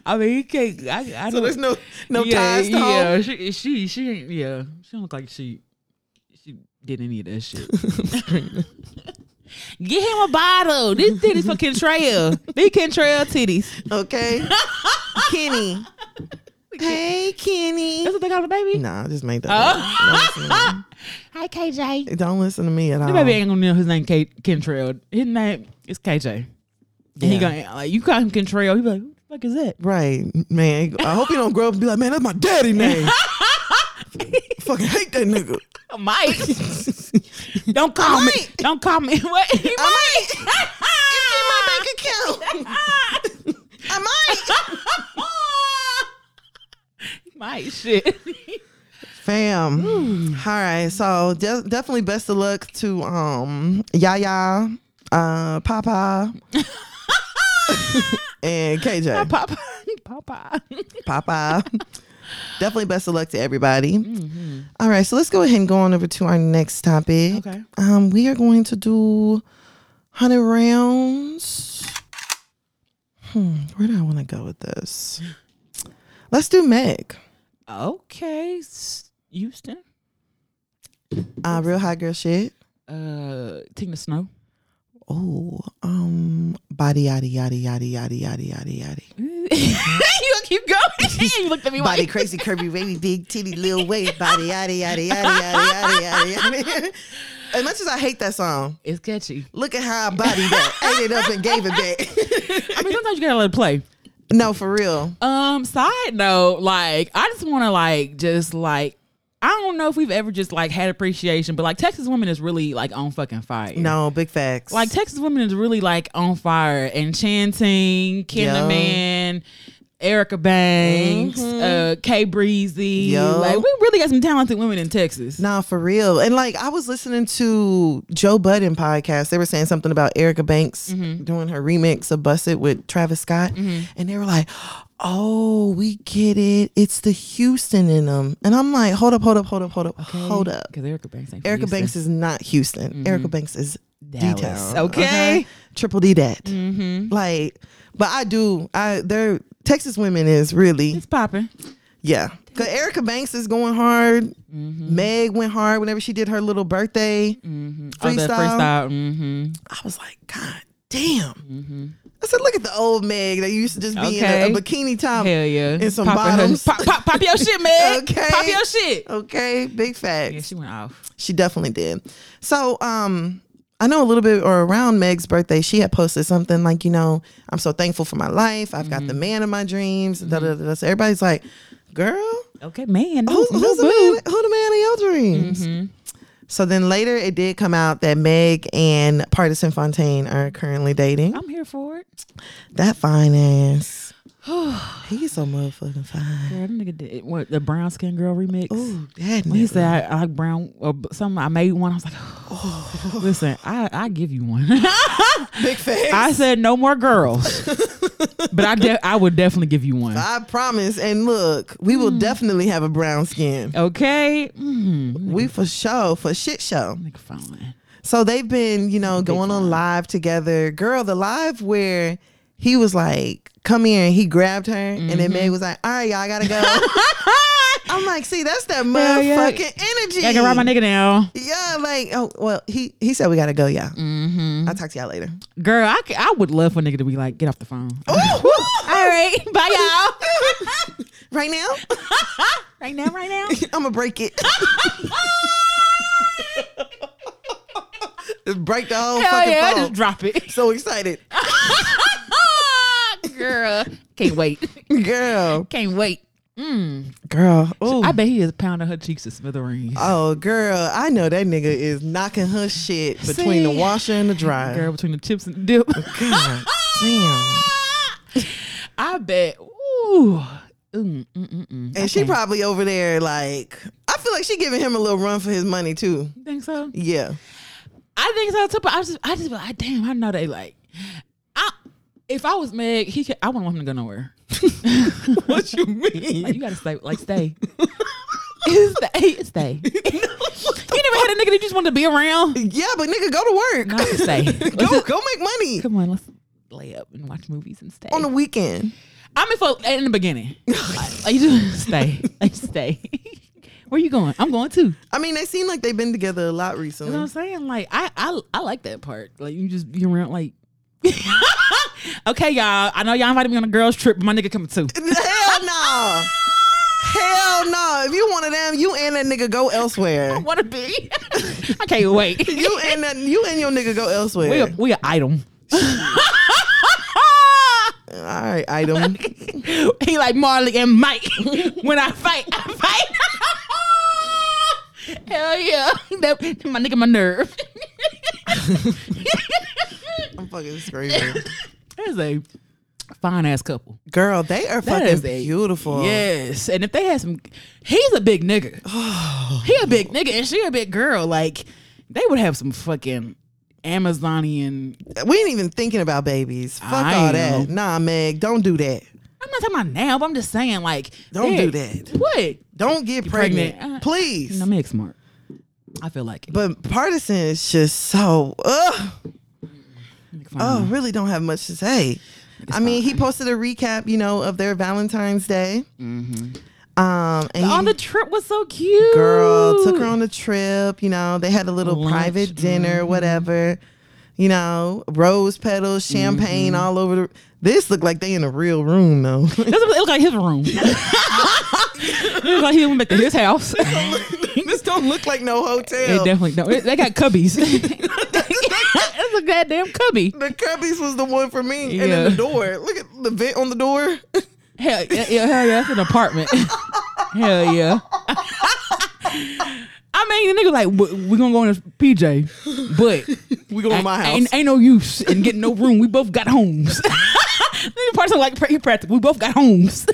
I mean, he can't. I, I
So
don't,
there's no no
yeah,
ties to home.
yeah. She she she ain't yeah. She don't look like she she did any of that shit. Get him a bottle. This titties for Kentrell. These Kentrell titties.
Okay. Kenny. Hey, Kenny.
That's what they call the baby.
Nah, I just made that. up.
Oh. Hi KJ.
Don't listen to me at all.
The baby ain't gonna know his name Kate Kentrell. His name is KJ. And he
Yeah.
gonna like you call him Kentrell. He be like, who the fuck is that?
Right, man. I hope you don't grow up and be like, man, that's my daddy name. Fucking hate that nigga.
Mike. don't call me.
Mike.
Don't call me. What? He
I might.
might.
It's in my bank account.
Ah.
I might.
My shit.
Fam. All right. So de- definitely best of luck to um Yaya, uh, Papa, and KJ.
Papa. Papa.
Papa. Definitely best of luck to everybody. All right, so let's go ahead and go on over to our next topic.
Okay.
Um, we are going to do 100 rounds. Hmm, where do I want to go with this? Let's do Meg.
Okay. S- Houston.
Uh, real hot girl shit.
Uh, Tina Snow.
Oh, um, body yada yada yada yada yada yada yada.
you gonna keep going? you looked at me
Body
like
crazy, curvy, baby, big titty, little waist, body yada yada yada yada yada yada. yada. as much as I hate that song,
It's catchy.
look at how I bodied that, ate it up, and gave it back.
I mean, sometimes you gotta let it play.
no, for real.
Um, side note, like I just want to like just like I don't know if we've ever just like had appreciation, but like Texas women is really like on fucking fire.
No, big facts.
Like Texas women is really like on fire. And Chanting, Kendra
Yo.
Man, Erica Banks,
Mm-hmm.
uh, Kay Breezy.
Yo.
Like we really got some talented women in Texas.
Nah, for real. And like I was listening to Joe Budden podcast. They were saying something about Erica Banks doing her remix of Bust It with Travis Scott. And they were like, Oh, we get it. It's the Houston in them. And I'm like, hold up, hold up, hold up, hold up, hold up.
Because Erica Banks ain't from
Erica
Houston. Mm-hmm.
Banks is not Houston. Erica Banks is D
Dallas.
Town.
Okay. Mm-hmm.
Triple D that. Like, but I do. I they're Texas women is really
It's popping.
yeah. Cause Erica Banks is going hard.
Mm-hmm.
Meg went hard whenever she did her little birthday
Oh, that
freestyle.
freestyle. Mm-hmm.
I was like, God damn. I said, look at the old Meg that used to just be
Okay.
in a, a bikini top.
Hell yeah.
And Um, some
Pop her-
bottoms.
Pop, pop, pop your shit, man.
Okay.
Pop your shit.
Okay, big facts.
Yeah, she went off.
She definitely did. So, um, I know a little bit or around Meg's birthday, she had posted something like, you know, I'm so thankful for my life. I've got the man of my dreams. Da, da, da, da. So everybody's like, girl,
Okay, man.
Mm-hmm.
No,
who's, Mm-hmm.
no
who's the
boo.
man? Who the man of your dreams? So then later it did come out that Meg and Partisan Fontaine are currently dating.
I'm here for it.
That fine ass. He's so motherfucking fine.
Girl, that nigga did what, the brown skin girl remix.
Ooh, that
When he
nigga.
said I, I like brown or b- something, I made one. I was like, "Oh." listen, I I give you one.
Big face.
I said no more girls, but I de- I would definitely give you one.
I promise. And look, we will definitely have a brown skin.
Okay, mm,
We for sure, for shit show.
nigga fine.
So they've been, you know, going on live together. Girl, the live where he was like, come here, and he grabbed her, and
Mm-hmm.
then Meg was like, all right, y'all, I gotta go. I'm like, see, that's that
Hell yeah.
motherfucking energy.
Yeah, I can ride my nigga now,
Yeah, like, oh, well, he, he said we gotta go, y'all.
Mm-hmm.
I'll talk to y'all later.
girl. I, c- I would love for a nigga to be like, get off the phone. All right, bye y'all.
right now,
right now, right now.
I'm gonna break it. break the whole
Hell
fucking
yeah,
phone.
just drop it, Ah,
so excited.
girl. Can't wait,
Girl.
can't wait.
Girl. Oh,
I bet he is pounding her cheeks to smithereens.
Oh, girl, I know that nigga is knocking her shit between the
See?
washer and the dryer.
girl between the chips and the dip.
God damn.
I bet. Ooh. Mm, mm, mm, mm.
And she probably over there like I feel like she giving him a little run for his money too.
You think so?
Yeah.
I think so too. But I just, I just, be like, damn, I know they like. I, if I was Meg, he, could, I wouldn't want him to go nowhere.
what you
Like, you
mean?
gotta stay, like stay, stay, stay. you never had a nigga that you just wanted to be around.
Yeah, but nigga, go to work.
Not to stay.
go, go make money
Come on, let's lay up and watch movies and stay.
on the weekend.
I mean, for in the beginning, like, like, you just stay, like stay. Where you going? I'm going too.
I mean, they seem like they've been together a lot
You know what I'm
recently.
saying? Like I, I I like that part. Like you just you around like Okay, y'all. I know y'all invited me on a girls trip, but my nigga coming too.
Hell no. Hell no. If you one of them, you and that nigga go elsewhere.
Wanna be? I can't wait.
You and that you and your nigga go elsewhere.
We a, we a item.
All right, item.
he like Marley and Mike. when I fight, I fight. Hell yeah. That, my nigga my nerve.
I'm fucking screaming.
That's a fine ass couple.
Girl, they are
That
fucking
is a-
beautiful.
Yes, and if they had some, he's a big nigga.
Oh,
he a big nigga, and she a big girl. Like they would have some fucking Amazonian.
We ain't even thinking about babies. Fuck
I
all
know.
that. Nah, Meg, don't do that.
I'm not talking about now, but I'm just saying like
Don't
they-
do that.
What?
Don't get
pregnant.
pregnant.
Uh,
Please.
No, make smart. I feel like it.
But partisan is just so ugh.
Make fun
Oh,
of me.
really don't have much to say. I mean, he posted a recap, you know, of their Valentine's Day. Um and
on
he-
Mm-hmm. Oh, the trip was so cute.
girl took her on the trip, you know, they had a little
Lunch, Mm-hmm.
private dinner, whatever. You know, rose petals, champagne
Mm-hmm.
all over the this looked like they in a real room though.
That's what- It looked like his room. it looked like he went back to his house.
this don't look like no
They
hotel.
definitely don't. They got cubbies. That's a goddamn cubby.
the cubbies was the one for me, and
Yeah.
then the door. Look at the vent on the door.
Hell yeah, yeah, hell yeah, that's an apartment. hell yeah. I mean, the nigga like, "W- we gonna go in this PJ, but
we go in my house.
ain't, ain't no use in getting no room. We both got homes. the person like pretty practical. We both got homes.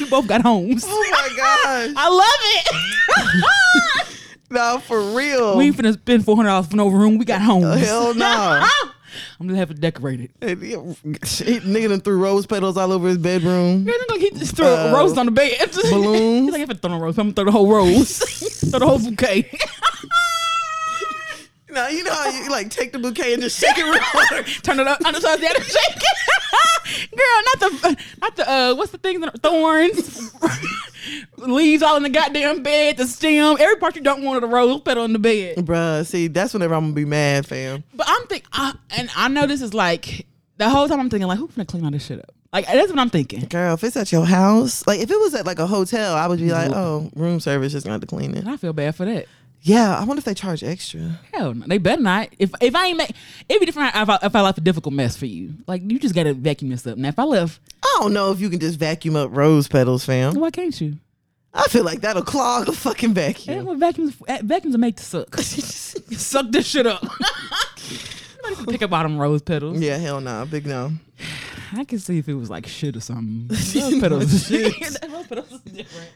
we both got homes.
oh my gosh!
I love it.
No, for real.
we ain't finna spend four hundred dollars for no room. We got homes.
Hell no.
I'm gonna have it decorated.
And he- shit, nigga done threw rose petals all over his bedroom.
Girl, they're gonna keep just throw
Uh,
roses on the bed.
balloons.
He's like, if I throw no rose, I'm gonna throw the whole rose, throw the whole bouquet.
Now you know how you like take the bouquet and just shake it real hard.
Turn it up on the side, the other shake it. Girl, not the, not the, uh, what's the thing? Thorns, leaves all in the goddamn bed, the stem, every part you don't want of the rose petal in the bed.
Bruh, see, that's whenever I'm gonna be mad, fam.
But I'm thinking, and I know this is like the whole time I'm thinking, like, who's gonna clean all this shit up? Like, that's what I'm thinking.
Girl, if it's at your house, like if it was at like a hotel, I would be like, oh, room service just got to clean it.
And I feel bad for that.
Yeah, I wonder if they charge extra.
Hell no, they better not. If if I ain't make, it'd be different if I, if I left a difficult mess for you. Like you just gotta vacuum this up. Now if I left,
I don't know if you can just vacuum up rose petals, fam.
why can't you?
I feel like that'll clog a fucking
Yeah.
vacuum.
Well, vacuums eh, vacuums are made to suck. suck this shit up. Nobody can pick up all them rose petals.
Yeah, hell nah, big no.
I can see if it was like shit or something. Rose petals,
Shit.
rose petals is different.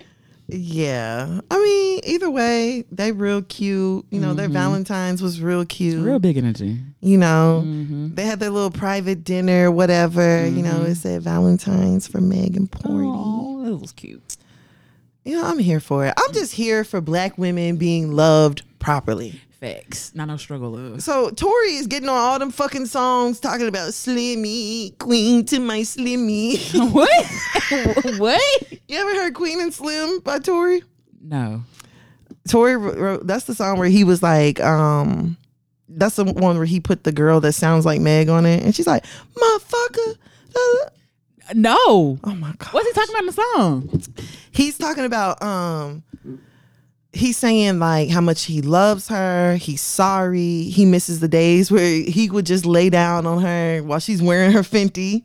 Yeah, I mean, either way, they real cute. You know, their Valentine's was Mm-hmm. real Mm-hmm. cute.
Real big energy.
you know, they had their little private dinner, whatever. You know, it said Valentine's for Meg and Porty.
Oh, that was cute.
You know, I'm here for it. I'm just here for black women being loved properly.
Facts. Not no struggle of.
So Tori is getting on all them fucking songs talking about Slimmy, Queen to my Slimmy.
what? what?
you ever heard Queen and Slim by Tori?
No.
Tori wrote that's the song where he was like, um, that's the one where he put the girl that sounds like Meg on it, and she's like, motherfucker. Oh
No.
my god.
What's he talking about in the song?
he's talking about um he's saying like how much he loves her he's sorry he misses the days where he would just lay down on her while she's wearing her fenty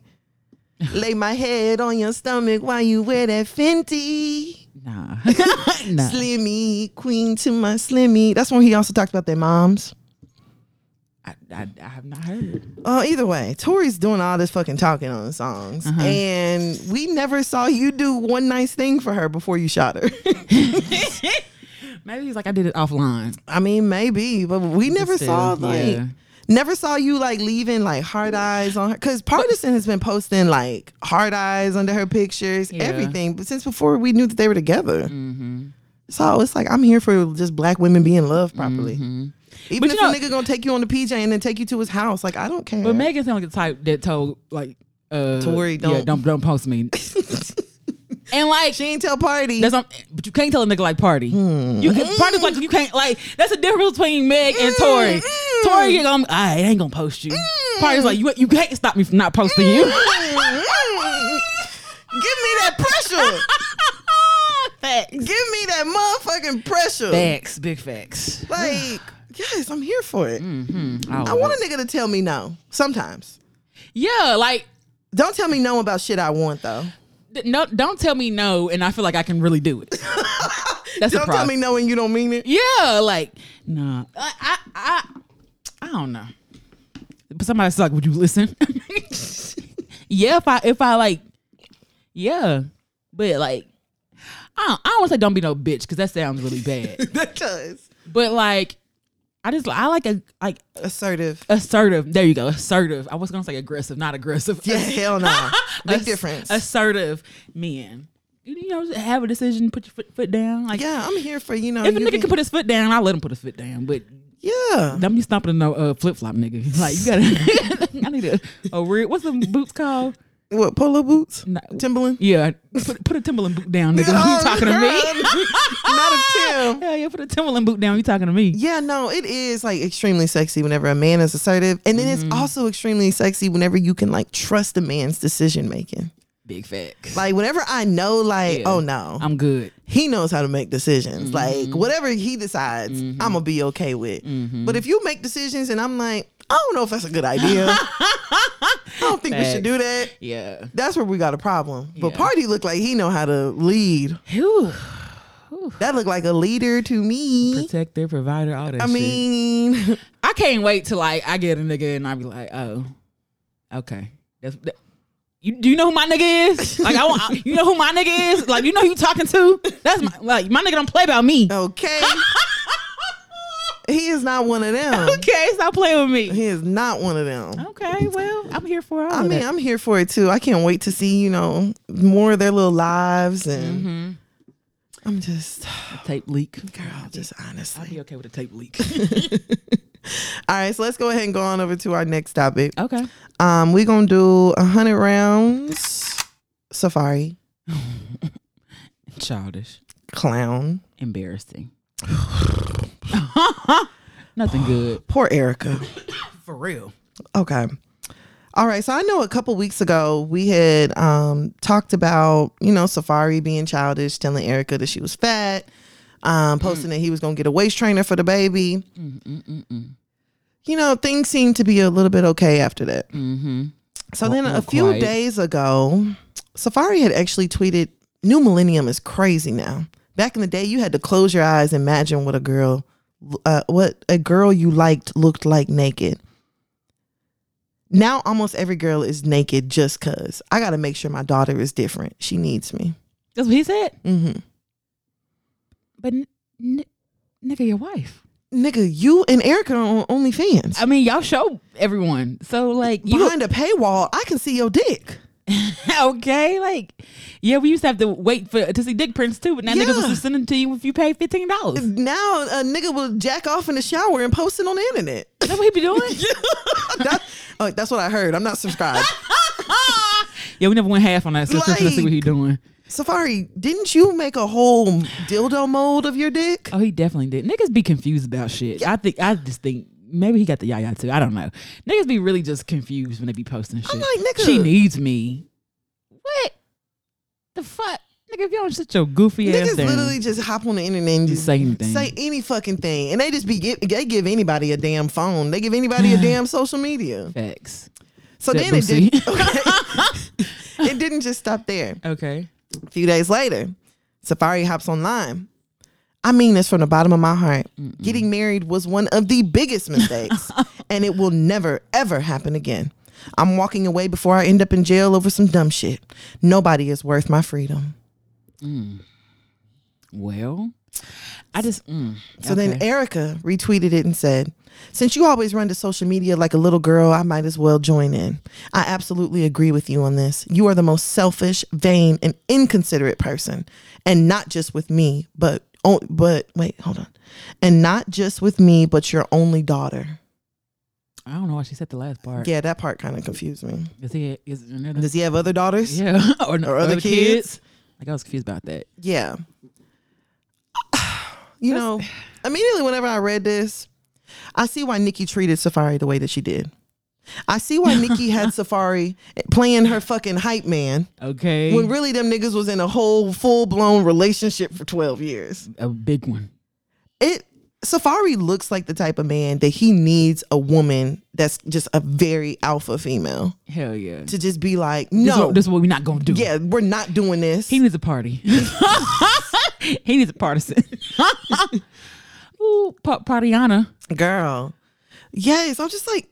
lay my head on your stomach while you wear that fenty
Nah. nah.
slimmy queen to my slimmy that's when he also talked about their moms
I, I, I have not heard.
Oh, either way, Tori's doing all this fucking talking on the songs, and we never saw you do one nice thing for her before you shot her.
Maybe he's like, I did it offline.
I mean, maybe, but we never
still,
saw like
yeah.
never saw you like leaving like hard eyes on her because Partisan has been posting like hard eyes under her pictures,
Yeah. Mm-hmm.
everything. But since before we knew that they were together, so it's like I'm here for just black women being loved properly. Even
Mm-hmm. But
if
you know-
a nigga gonna take you on the PJ and then take you to his house, like I don't care.
But Megan sounded like the type that told, like, uh,
Tori,
Yeah,
don't-
don't, don't post me. and like,
she Hmm. ain't tell party.
that's not, but you can't tell a nigga like party. You can, party's like you can't like. That's the difference between Meg and Tori.
mm.
Tori, you gonna, I ain't gonna post you.
Hmm.
Party's like you, you can't stop me from not posting you.
Give me that pressure. Hmm.
facts,
Give me that motherfucking pressure.
facts, big facts.
Like, yes, I'm here for it.
Mm. All
I
of
want
it.
a nigga to tell me no. Sometimes.
yeah, like
Don't tell me no about shit I want though.
Th- no, don't tell me no, and I feel like I can really do it. That's the
Don't tell
problem.
me no when you don't mean it.
yeah, like nah, I, I, I, I don't know. But somebody's like, would you listen? yeah, if I, if I like, yeah, but like, I don't, I don't want to say don't be no bitch because that sounds really bad.
that does.
but like, I just I like a like
Assertive.
assertive. There you go, assertive. I was gonna say aggressive, not aggressive.
Yeah, hell no. Big
ass-
difference.
Assertive men. You you know, just have a decision, put your foot, foot down. Like
yeah, I'm here for you know.
if a
you
nigga
being-
can put his foot down, I let him put his foot down. But
yeah.
don't be stomping no uh, flip flop nigga. Like you gotta. I need a, a real. What's the boots called?
What polo boots?
No.
Timberland.
Yeah, put put a Timberland boot down, nigga.
Oh,
you talking to me?
girl. Not a Tim.
Hell yeah, put a Timberland boot down. You talking to me?
Yeah, no, it is like extremely sexy whenever a man is assertive, and then
Mm.
it's also extremely sexy whenever you can like trust a man's decision making.
Big facts.
Like whenever I know, like,
Yeah.
oh no,
I'm good.
he knows how to make decisions. Like
Mm-hmm.
whatever he decides, I'm gonna be okay with. But if you make decisions and I'm like, I don't know if that's a good idea. I don't think we should do that.
Yeah.
That's where we got a problem. But
Yeah.
Party looked like he know how to lead.
Whew.
That looked like a leader to me.
Protect their provider, all that
I
shit.
mean,
I can't wait till like I get a nigga and I be like, oh, okay. That's, that, you do you know who my nigga is? Like I want I- you know who my nigga is? Like you know who you talking to? That's my like my nigga don't play about
Oh,
me.
okay. he is not one of them.
Okay, stop playing with me.
Um, He is not one of them.
Okay, well I'm here for all.
I
of
mean,
that.
I'm here for it too. I can't wait to see, you know, more of their little lives and
Mm-hmm.
I'm just
tape leak.
girl, just
I'll
honestly.
be okay with a tape leak.
All right, so let's go ahead and go on over to our next topic.
okay.
Um, we're gonna do a hundred rounds safari,
Childish,
clown.
embarrassing. Nothing good
Poor Erica.
for real.
Okay. All right. So I know a couple weeks ago we had um, talked about, you know, Safari being childish, telling Erica that she was fat,
Mm.
um, posting that he was going to get a waist trainer for the baby. You know, things seemed to be a little bit okay after that.
Mm-hmm.
So
Well,
then a
not
few
quite.
days ago, Safari had actually tweeted, New millennium is crazy now. Back in the day, you had to close your eyes and imagine what a girl, uh, what a girl you liked looked like naked. Now almost every girl is naked just cause. I got to make sure my daughter is different. She needs me.
That's what he said.
hmm
But n- n- nigga, your wife.
Nigga, you and Erica are on OnlyFans.
I mean, y'all show everyone. So like you
Behind a paywall, I can see your dick.
okay? Like yeah, we used to have to wait for to see dick prints too, but now niggas
Yeah.
will just send them to you if you pay fifteen dollars.
Now a nigga will jack off in the shower and post it on the internet.
That's what he be doing.
That- oh, that's what I heard. I'm not subscribed.
yeah, we never went half on that subscription to see what
Like-
he doing.
Safari, didn't you make a whole dildo mold of your dick?
Oh, he definitely did. Niggas be confused about shit. I think I just think maybe he got the yaya too. I don't know. Niggas be really just confused when they be posting shit.
like, nigga.
She needs me. What the fuck, nigga? If you don't sit your goofy ass
Niggas
down,
literally just hop on the internet and
just
just
say anything.
say any fucking thing, and they just be give, they give anybody a damn phone. They give anybody a damn social media.
facts.
So
Except
then it
Boosie.
didn't. okay. it didn't just stop there.
Okay.
A few days later, Safari hops online. I mean this from the bottom of my heart. Getting married was one of the biggest mistakes, and it will never, ever happen again. I'm walking away before I end up in jail over some dumb shit. Nobody is worth my freedom.
Well, I just mm,
So then
okay.
Erica retweeted it and said, Since you always run to social media like a little girl, I might as well join in. I absolutely agree with you on this. You are the most selfish, vain, and inconsiderate person. And not just with me, but, oh, but wait, hold on. And not just with me, but your only daughter.
I don't know why she said the last part.
Yeah, that part kind of confused me.
Is he is another,
Does he have other daughters?
yeah or,
Or other kids?
Like I was confused about that.
Yeah. You know, immediately whenever I read this, I see why Nikki treated Safari the way that she did. I see why Nikki had Safari playing her fucking hype man
Okay,
when really them niggas was in a whole full blown relationship for 12 years.
a big one.
It Safari looks like the type of man that he needs a woman that's just a very alpha female
Hell yeah.
to just be like,
This is
no,
what- this is what we're not gonna do.
yeah, we're not doing this.
He needs a party. he needs a partisan. Ooh, pa- Partiana.
Girl. Yes, I'm just like,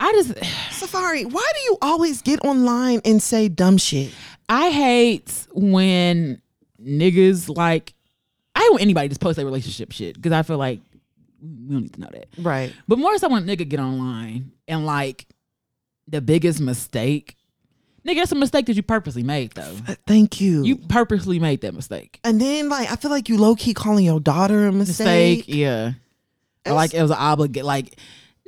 I just,
Safari, why do you always get online and say dumb shit?
I hate when niggas like, I hate when anybody just post their relationship shit because I feel like we don't need to know that.
Right.
But more so when a nigga get online and like the biggest mistake, nigga, that's a mistake that you purposely made though.
Uh, Thank you.
You purposely made that mistake.
and then like I feel like you low key calling your daughter a mistake.
mistake. Yeah. Or, like it was an obligate. Like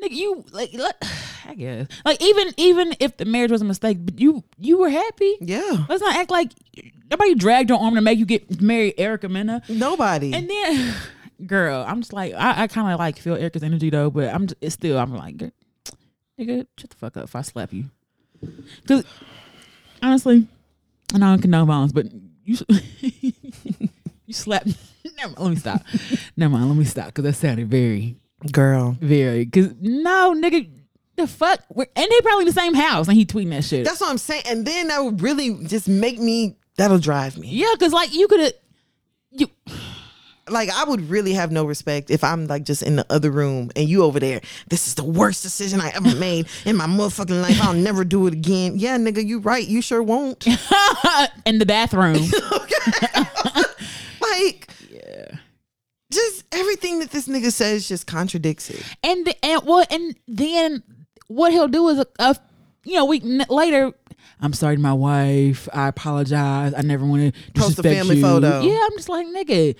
nigga, you like, let- I guess like even even if the marriage was a mistake, but you you were happy.
Yeah.
Let's not act like nobody dragged your arm to make you get married, Erica Mena.
Nobody.
And then, girl, I'm just like I, I kind of like feel Erica's energy though, but I'm just, it's still I'm like, girl, nigga, shut the fuck up if I slap you. Cause honestly, and I don't condone violence, but you. should- You slapped. Never mind. Let me stop. Never mind. Let me stop because that sounded very,
Girl.
very. Because no, nigga, the fuck. We're, and they probably in the same house, and he tweeting that shit.
That's what I'm saying. And then that would really just make me that'll drive me.
yeah, because like you could have. You
Like I would really have no respect if I'm like just in the other room and you over there. This is the worst decision I ever made in my motherfucking life. I'll never do it again. Yeah, nigga, you right. You sure won't.
in the bathroom.
like just everything that this nigga says just contradicts it.
and the, and well, and then what he'll do is a, a you know week n- later. I'm sorry to my wife. I apologize. I never want to
Post a family
you.
photo.
Yeah, I'm just like nigga.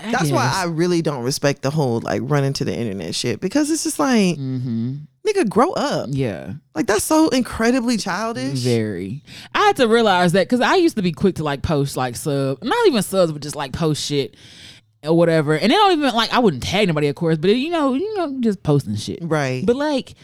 I
That's why
guess.
I really don't respect the whole like running to the internet shit because it's just like nigga grow up.
Mm-hmm. yeah.
Like that's so incredibly childish.
Very. I had to realize that because I used to be quick to like post like sub, not even subs, but just like post shit or whatever. And they don't even like I wouldn't tag nobody, of course, but you know, you know, just posting shit.
Right.
But like,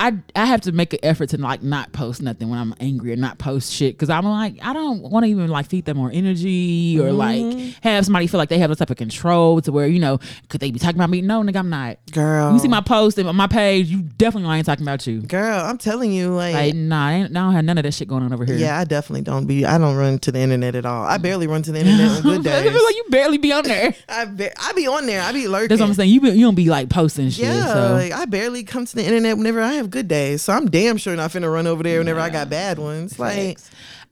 I I have to make an effort to like not post nothing when I'm angry or not post shit because I'm like I don't want to even like feed them more energy or like have somebody feel like they have the type of control to where you know could they be talking about me? No, nigga, I'm not.
girl.
You see my post and my page, you definitely know I ain't talking about you.
girl, I'm telling you, like,
Like, nah, I, ain't, I don't have none of that shit going on over here. Mm-hmm.
yeah, I definitely don't be I don't run to the internet at all. I barely run to the internet on good
I
days.
feel like you barely be on there.
I ba- I be on there. I be lurking.
That's what I'm saying. You be, you don't be like posting shit.
Yeah,
so
like I barely come to the internet whenever I have good days. So I'm damn sure not finna run over there whenever I got bad ones. Like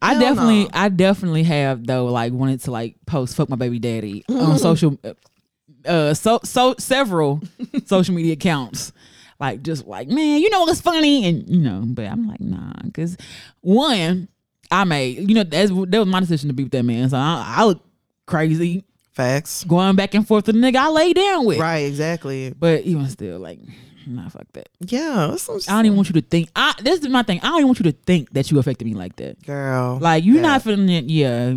I
hell
definitely
no.
I definitely have though like wanted to like post fuck my baby daddy on social uh so so several social media accounts. Like just like man, you know what's funny and you know, but I'm like nah, cause one I made you know that's that was my decision to be with that man, so I, I look crazy
facts.
going back and forth with the nigga I lay down with.
Right, exactly.
But even still, like, nah, fuck that.
Yeah. that's what I'm
I don't even want you to think. I this is my thing. I don't even want you to think that you affected me like that.
Girl.
Like you're not feeling it. Yeah,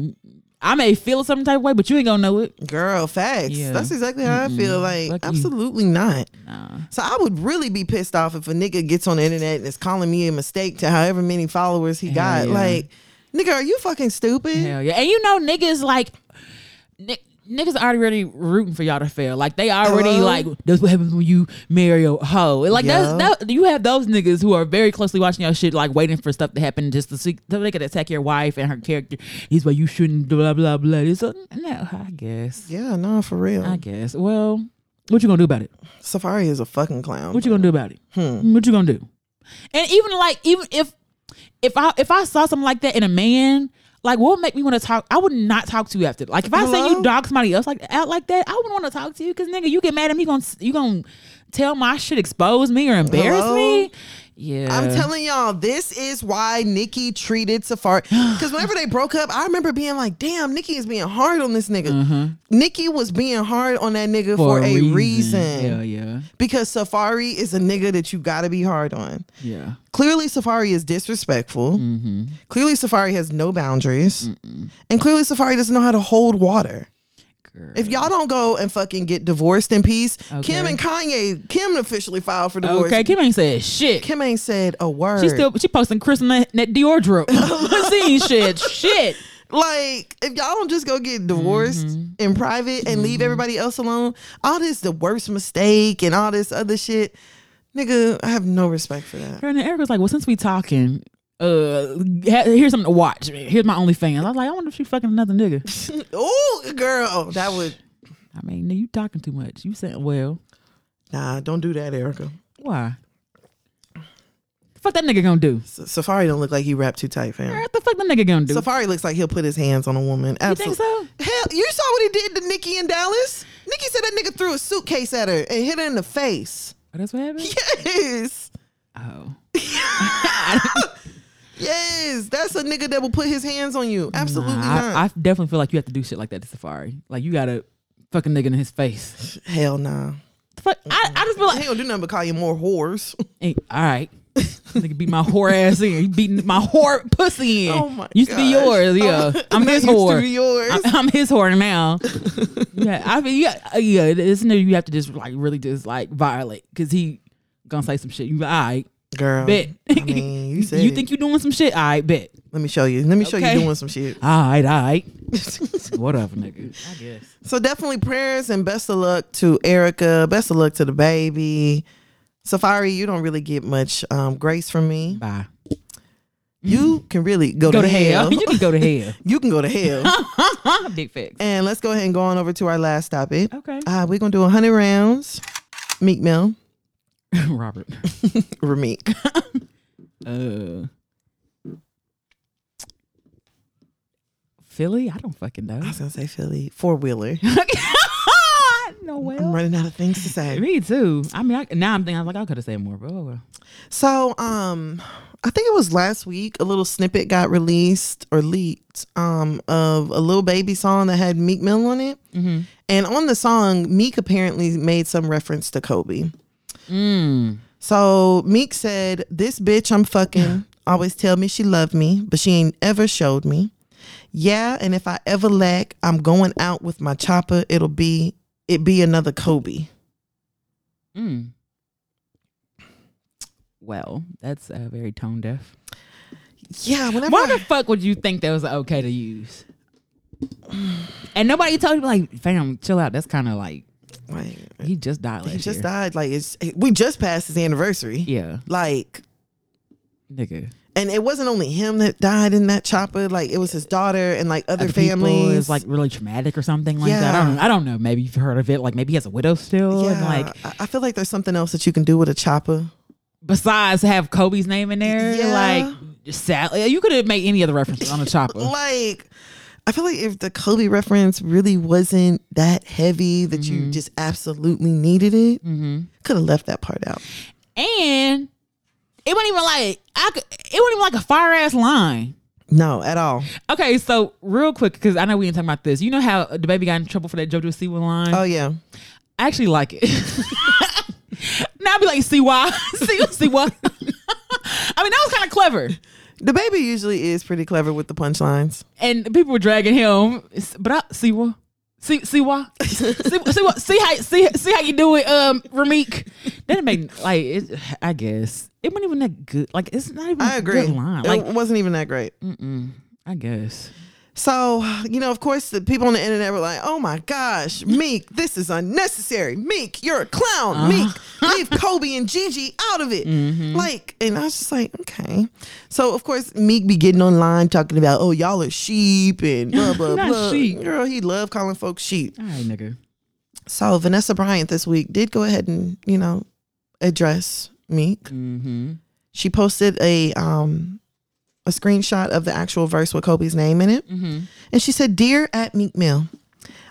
I may feel some type of way, but you ain't gonna know it.
Girl, facts.
Yeah.
That's exactly how I feel. Like,
Fuck you.
absolutely not.
Nah.
So I would really be pissed off if a nigga gets on the internet and is calling me a mistake to however many followers he got.
yeah.
Like, nigga, are you fucking stupid?
Hell yeah. And you know, niggas like ni- niggas already rooting for y'all to fail. Like they already
Hello?
like that's what happens when you marry a hoe. And, Like
Yeah.
that's that you have those niggas who are very closely watching your shit, like waiting for stuff to happen just to see so they could attack your wife and her character. He's like you shouldn't blah blah blah. It's a, no, I guess.
Yeah, no, for real.
I guess. Well, what you gonna do about it?
Safari is a fucking clown.
What you gonna do about it?
Hmm.
What you gonna do? And even like, even if if I if I saw something like that in a man, like what would make me want to talk? I would not talk to you after. Like if I say
Hello?
you dog somebody else like out like that, I wouldn't want to talk to you because nigga, you get mad at me, you gonna you gonna tell my shit, expose me or embarrass
Hello?
me. Yeah,
I'm telling y'all, this is why Nikki treated Safari. Because whenever they broke up, I remember being like, damn, Nikki is being hard on this nigga.
Mm-hmm.
Nikki was being hard on that nigga for, a reason.
Hell yeah,
Because Safari is a nigga that you gotta be hard on.
yeah.
clearly safari is disrespectful
Mm-hmm.
clearly safari has no boundaries and clearly safari doesn't know how to hold water
Girl.
if y'all don't go and fucking get divorced in peace kim
Okay.
and kanye kim officially filed for divorce
Okay, Kim ain't said shit.
kim ain't said a word
she still she posting Chris in that, that Dior drip. she ain't said shit.
like if y'all don't just go get divorced
Mm-hmm.
in private and leave everybody else alone all this the worst mistake and all this other shit nigga i have no respect for that
And then Eric was like, "Well, since we talking, uh, ha- here's something to watch. Here's my OnlyFans." I was like, "I wonder if she fucking another nigga."
oh girl that would
I mean, you talking too much. You saying, "Well,
nah don't do that erica
why?" The fuck that nigga gonna do?
Safari don't look like he wrapped too tight, fam.
What the fuck that nigga gonna do?
Safari looks like he'll put his hands on a woman.
you think
Absolutely.
so?
Hell, you saw what he did to Nikki in Dallas. Nikki said that nigga threw a suitcase at her and hit her in the face.
Oh, that's what happened.
Yes,
Oh,
yes, that's a nigga that will put his hands on you. Absolutely
Nah,
not.
I, I definitely feel like you have to do shit like that to Safari. Like you gotta fuck a nigga in his face.
Hell nah.
The fuck, I, I just feel
He
like,
don't do nothing but call you more whores.
hey, all right. nigga beat my whore ass in. You beating my whore pussy in.
Oh my
Used to be
gosh.
yours, yeah. I'm
That
his
used to
whore.
be yours.
I, I'm his whore now. yeah, I mean, yeah, uh, yeah. This nigga, you have to just like really just like violate because he gonna say some shit. You like, all right,
Girl,
bet.
Um, I mean, you said
you think you doing some shit? I bet.
Let me show you. Let me show
Okay.
you doing some shit.
All right, all right. Whatever, nigga. I guess.
So definitely prayers and best of luck to Erica. Best of luck to the baby. Safari, you don't really get much um, grace from me.
Bye.
You can really go,
Go to hell. you can go to hell.
you can go to hell.
Big facts.
and let's go ahead and go on over to our last topic.
Okay.
Uh, we're gonna do hundred rounds. Meek Mill,
Robert.
or Meek.
Uh. Philly? I don't fucking know.
I was gonna say Philly four wheeler.
no
I'm
well.
running out of things to say.
Me too. I mean, I, now I'm thinking, I was like, I could have said more, but oh well.
So, um, I think it was last week a little snippet got released or leaked um of a little baby song that had Meek Mill on it.
Mm-hmm.
And on the song, Meek apparently made some reference to Kobe.
Mm.
So Meek said, This bitch I'm fucking always tell me she loved me, but she ain't ever showed me. Yeah, and if I ever lack, I'm going out with my chopper, it'll be it be another Kobe.
Mm. Well, that's uh, very tone deaf.
Yeah, whenever
Why
I-
the fuck would you think that was okay to use? And nobody told you, like, fam, chill out. That's kind of like,
like,
he just died last
he just
year.
died. Like it's we just passed his anniversary.
Yeah,
Like
nigga.
and it wasn't only him that died in that chopper, like it was his daughter and like other,
Other people,
families.
It's like really traumatic or something like that. I
Yeah.
don't, I don't know. Maybe you've heard of it. Like, maybe he has a widow still.
yeah,
And like,
I- I feel like there's something else that you can do with a chopper.
besides have Kobe's name in there,
Yeah.
like, sadly, you could have made any other references on the chopper.
like I feel like if the Kobe reference really wasn't that heavy that you just absolutely needed it,
mm-hmm.
could have left that part out.
and it wasn't even like I could, it wasn't even like a fire ass line.
No, at all.
Okay, so real quick because I know we didn't talk about this. You know how the baby got in trouble for that JoJo Siwa line?
Oh yeah.
I actually like it. now I'd be like, see why? see, see what? I mean, that was kind of clever,
The baby usually is pretty clever with the punchlines.
and people were dragging him. It's- But I see why. See, see why? see, see what? See how? See, see how you do it, um, Ramik? That didn't make like. It, I guess it wasn't even that good. Like it's not even.
I agree.
A good line.
Like,
Like
it wasn't even that great.
Mm-mm. I guess.
So, you know, of course, the people on the internet were like, oh my gosh, Meek, this is unnecessary. Meek, you're a clown.
Uh-huh.
Meek, leave Kobe and Gigi out of it.
Mm-hmm.
Like, and I was just like, okay. So, of course, Meek be getting online talking about, oh, y'all are sheep and blah, blah,
Not
blah.
sheep.
Girl, he loved calling folks sheep.
All right, nigga.
So, Vanessa Bryant this week did go ahead and, you know, address Meek.
Mm-hmm.
She posted a, um, a screenshot of the actual verse with Kobe's name in it.
Mm-hmm.
And she said, Dear at Meek Mill,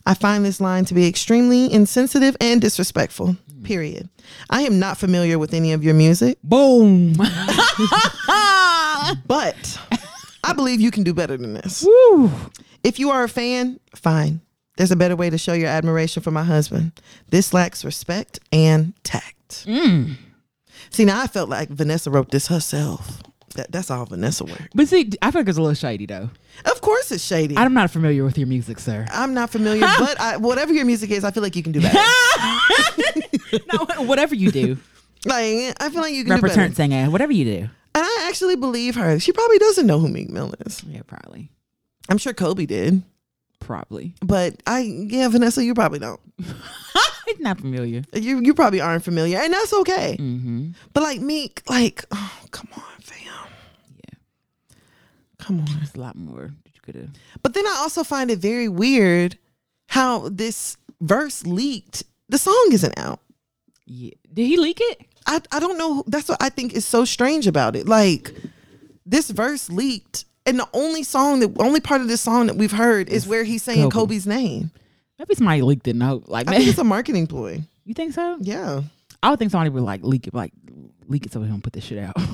I find this line to be extremely insensitive and disrespectful. Period. I am not familiar with any of your music,
Boom.
but I believe you can do better than this.
Woo.
If you are a fan, fine. There's a better way to show your admiration for my husband. This lacks respect and tact. See, now I felt like Vanessa wrote this herself. That, that's all Vanessa work.
But see, I feel like it's a little shady though.
Of course, it's shady. I'm,
I'm not familiar with your music, sir.
not familiar, but I, whatever your music is, I feel like you can do better.
no, whatever you do,
Like I feel like you can do
rapper
better.
turn singer, whatever you do.
And I actually believe her. She probably doesn't know who Meek Mill is.
Yeah, probably,
I'm sure Kobe did,
probably.
but I yeah, Vanessa, you probably don't.
It's not familiar.
You you probably aren't familiar, and that's okay.
Mm-hmm.
But like Meek, like oh come on, fam.
Yeah.
Come on.
There's a lot more that you could have.
But then I also find it very weird how this verse leaked. The song isn't out.
Yeah. Did he leak it?
I, I don't know. That's what I think is so strange about it. Like this verse leaked, and the only song that only part of this song that we've heard is where he's saying
Kobe.
Kobe's name.
Maybe somebody leaked it. No, like
I think
man,
it's a marketing ploy.
you think so?
Yeah.
I would think somebody would like leak it, like leak it so he don't put this shit out.
yeah,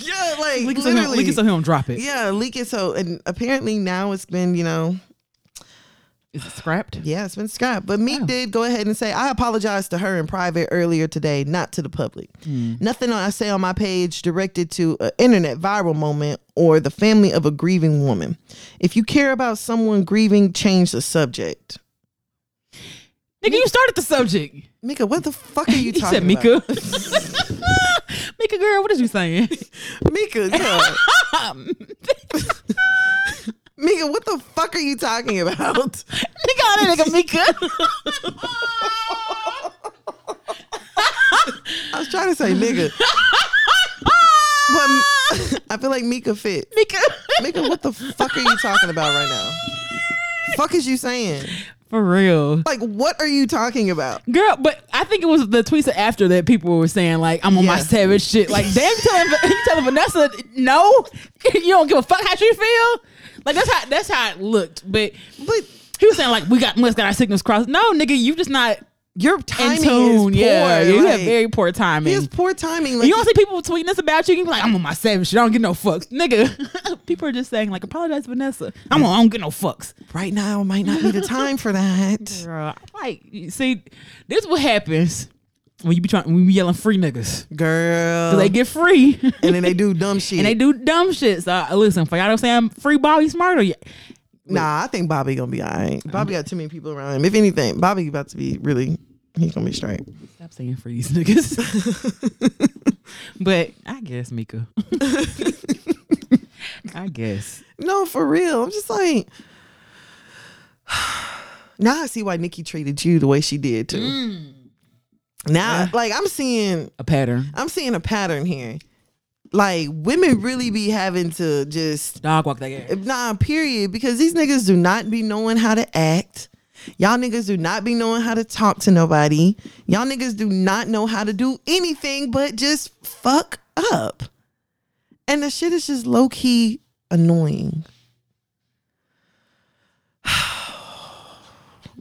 yeah, like
leak, it so he don't-
literally.
leak it so he don't drop it.
yeah, leak it so and apparently now it's been, you know,
Is it scrapped?
yeah, it's been scrapped. But Meek
Oh.
did go ahead and say, I apologized to her in private earlier today, not to the public.
Mm.
Nothing I say on my page directed to an internet viral moment or the family of a grieving woman. If you care about someone grieving, change the subject.
Nigga, you started the subject.
Mika, what the fuck are you
he
talking
said, Mika. Mika, girl, what is you saying?
about? Mika, yeah. Mika, what the fuck are you talking about?
Nigga, all that nigga Mika.
I was trying to say nigga. But I feel like Mika fit.
Mika.
Mika, what the fuck are you talking about right now? Fuck is you saying?
For real.
Like, what are you talking about?
Girl, but I think it was the tweets after that people were saying like I'm on my
Yeah.
savage shit. Like damn, you telling you telling Vanessa no, you don't give a fuck how she feel. Like that's how that's how it looked. But
But
he was saying like we got must got our signals crossed. No, nigga, you just not
your
in
timing is poor.
tune. Yeah, yeah, you have
like,
very poor
he
timing.
has poor timing. Like,
you don't see people tweeting this about you. You be like, I'm on my savage shit. I don't get no fucks, nigga. people are just saying like, apologize, Vanessa. I'm on. I don't get no fucks.
right now might not be the time for that.
Girl, I'm like, you see, this what happens when you be trying when we yelling free niggas.
Girl.
They get free
Uh-huh. and then they do dumb shit.
and they do dumb shit. So uh, listen, for y'all don't say I'm free Bobby Smarter yet.
Nah, I think Bobby gonna be all right. Bobby got too many people around him. If anything, Bobby about to be really he's gonna be straight.
Stop saying free these niggas. but I guess Mika. I guess.
No, for real. I'm just like now I see why Nikki treated you the way she did too. Now
Mm. Yeah.
like I'm seeing
A pattern.
I'm seeing a pattern here. Like women really be having to just
Dog walk that game.
Nah, period. Because these niggas do not be knowing how to act. Y'all niggas do not be knowing how to talk to nobody. Y'all niggas do not know how to do anything but just fuck up. And the shit is just low key annoying.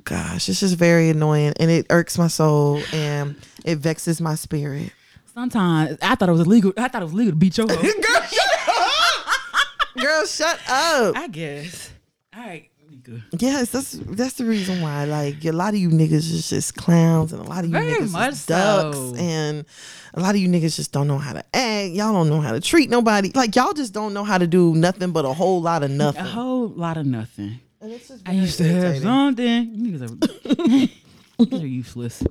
Gosh, it's just very annoying and it irks my soul and it vexes my spirit.
Sometimes I thought it was illegal. I thought it was legal to beat your hoe.
Girl, shut up. Girl, shut up.
I guess. All right, Mika.
Yes, that's that's the reason why. Like a lot of you niggas is just clowns, and a lot of you
Very
niggas
much
is ducks,
so.
and a lot of you niggas just don't know how to act. Y'all don't know how to treat nobody. Like y'all just don't know how to do nothing but a whole lot of
A
nothing.
whole lot of nothing.
And it's just
I
very
used to have
irritating.
something. You niggas are, you are useless.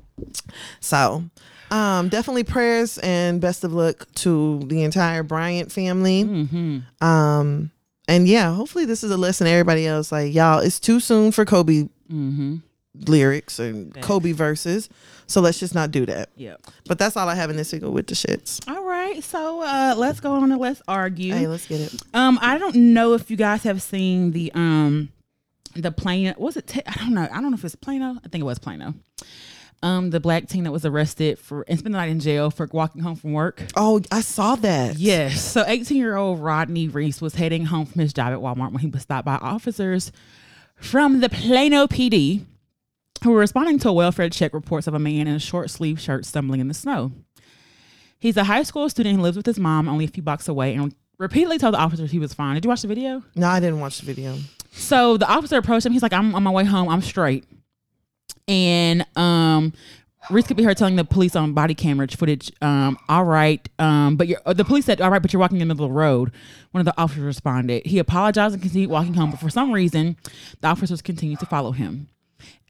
So, um, definitely prayers and best of luck to the entire Bryant family.
Mm-hmm.
Um, and yeah, hopefully this is a lesson to everybody else. Like y'all, it's too soon for Kobe
Mm-hmm.
lyrics and Kobe verses. So let's just not do that.
Yep.
But that's all I have in this single with the shits.
All right. So uh, let's go on and let's argue.
Hey, let's get it.
Um, I don't know if you guys have seen the um the plane. Was it? Te- I don't know. I don't know if it's Plano. I think it was Plano. Um, the black teen that was arrested for and spent the night in jail for walking home from work.
Oh, I saw that.
Yes. So 18 year old Rodney Reese was heading home from his job at Walmart when he was stopped by officers from the Plano PD who were responding to welfare check reports of a man in a short sleeve shirt stumbling in the snow. He's a high school student who lives with his mom only a few blocks away and repeatedly told the officers he was fine. Did you watch the video?
No, I didn't watch the video.
So the officer approached him. He's like, I'm on my way home. I'm straight. And um, Reese could be heard telling the police on body camera footage, um, all right, um, but you're, uh, the police said, all right, but you're walking in the middle of the road. One of the officers responded. He apologized and continued walking home, but for some reason, the officers continued to follow him.